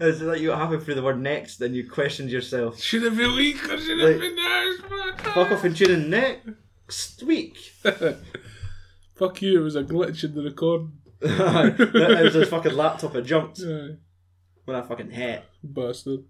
S1: it's like you were halfway through the word next, then you questioned yourself.
S2: Should it be week or should
S1: Like-
S2: it be next? Fuck off.
S1: Fuck off and tune in next week.
S2: Fuck you, it was a glitch in the record.
S1: that was his fucking laptop. It jumped
S2: Aye,
S1: when I fucking hit.
S2: bastard.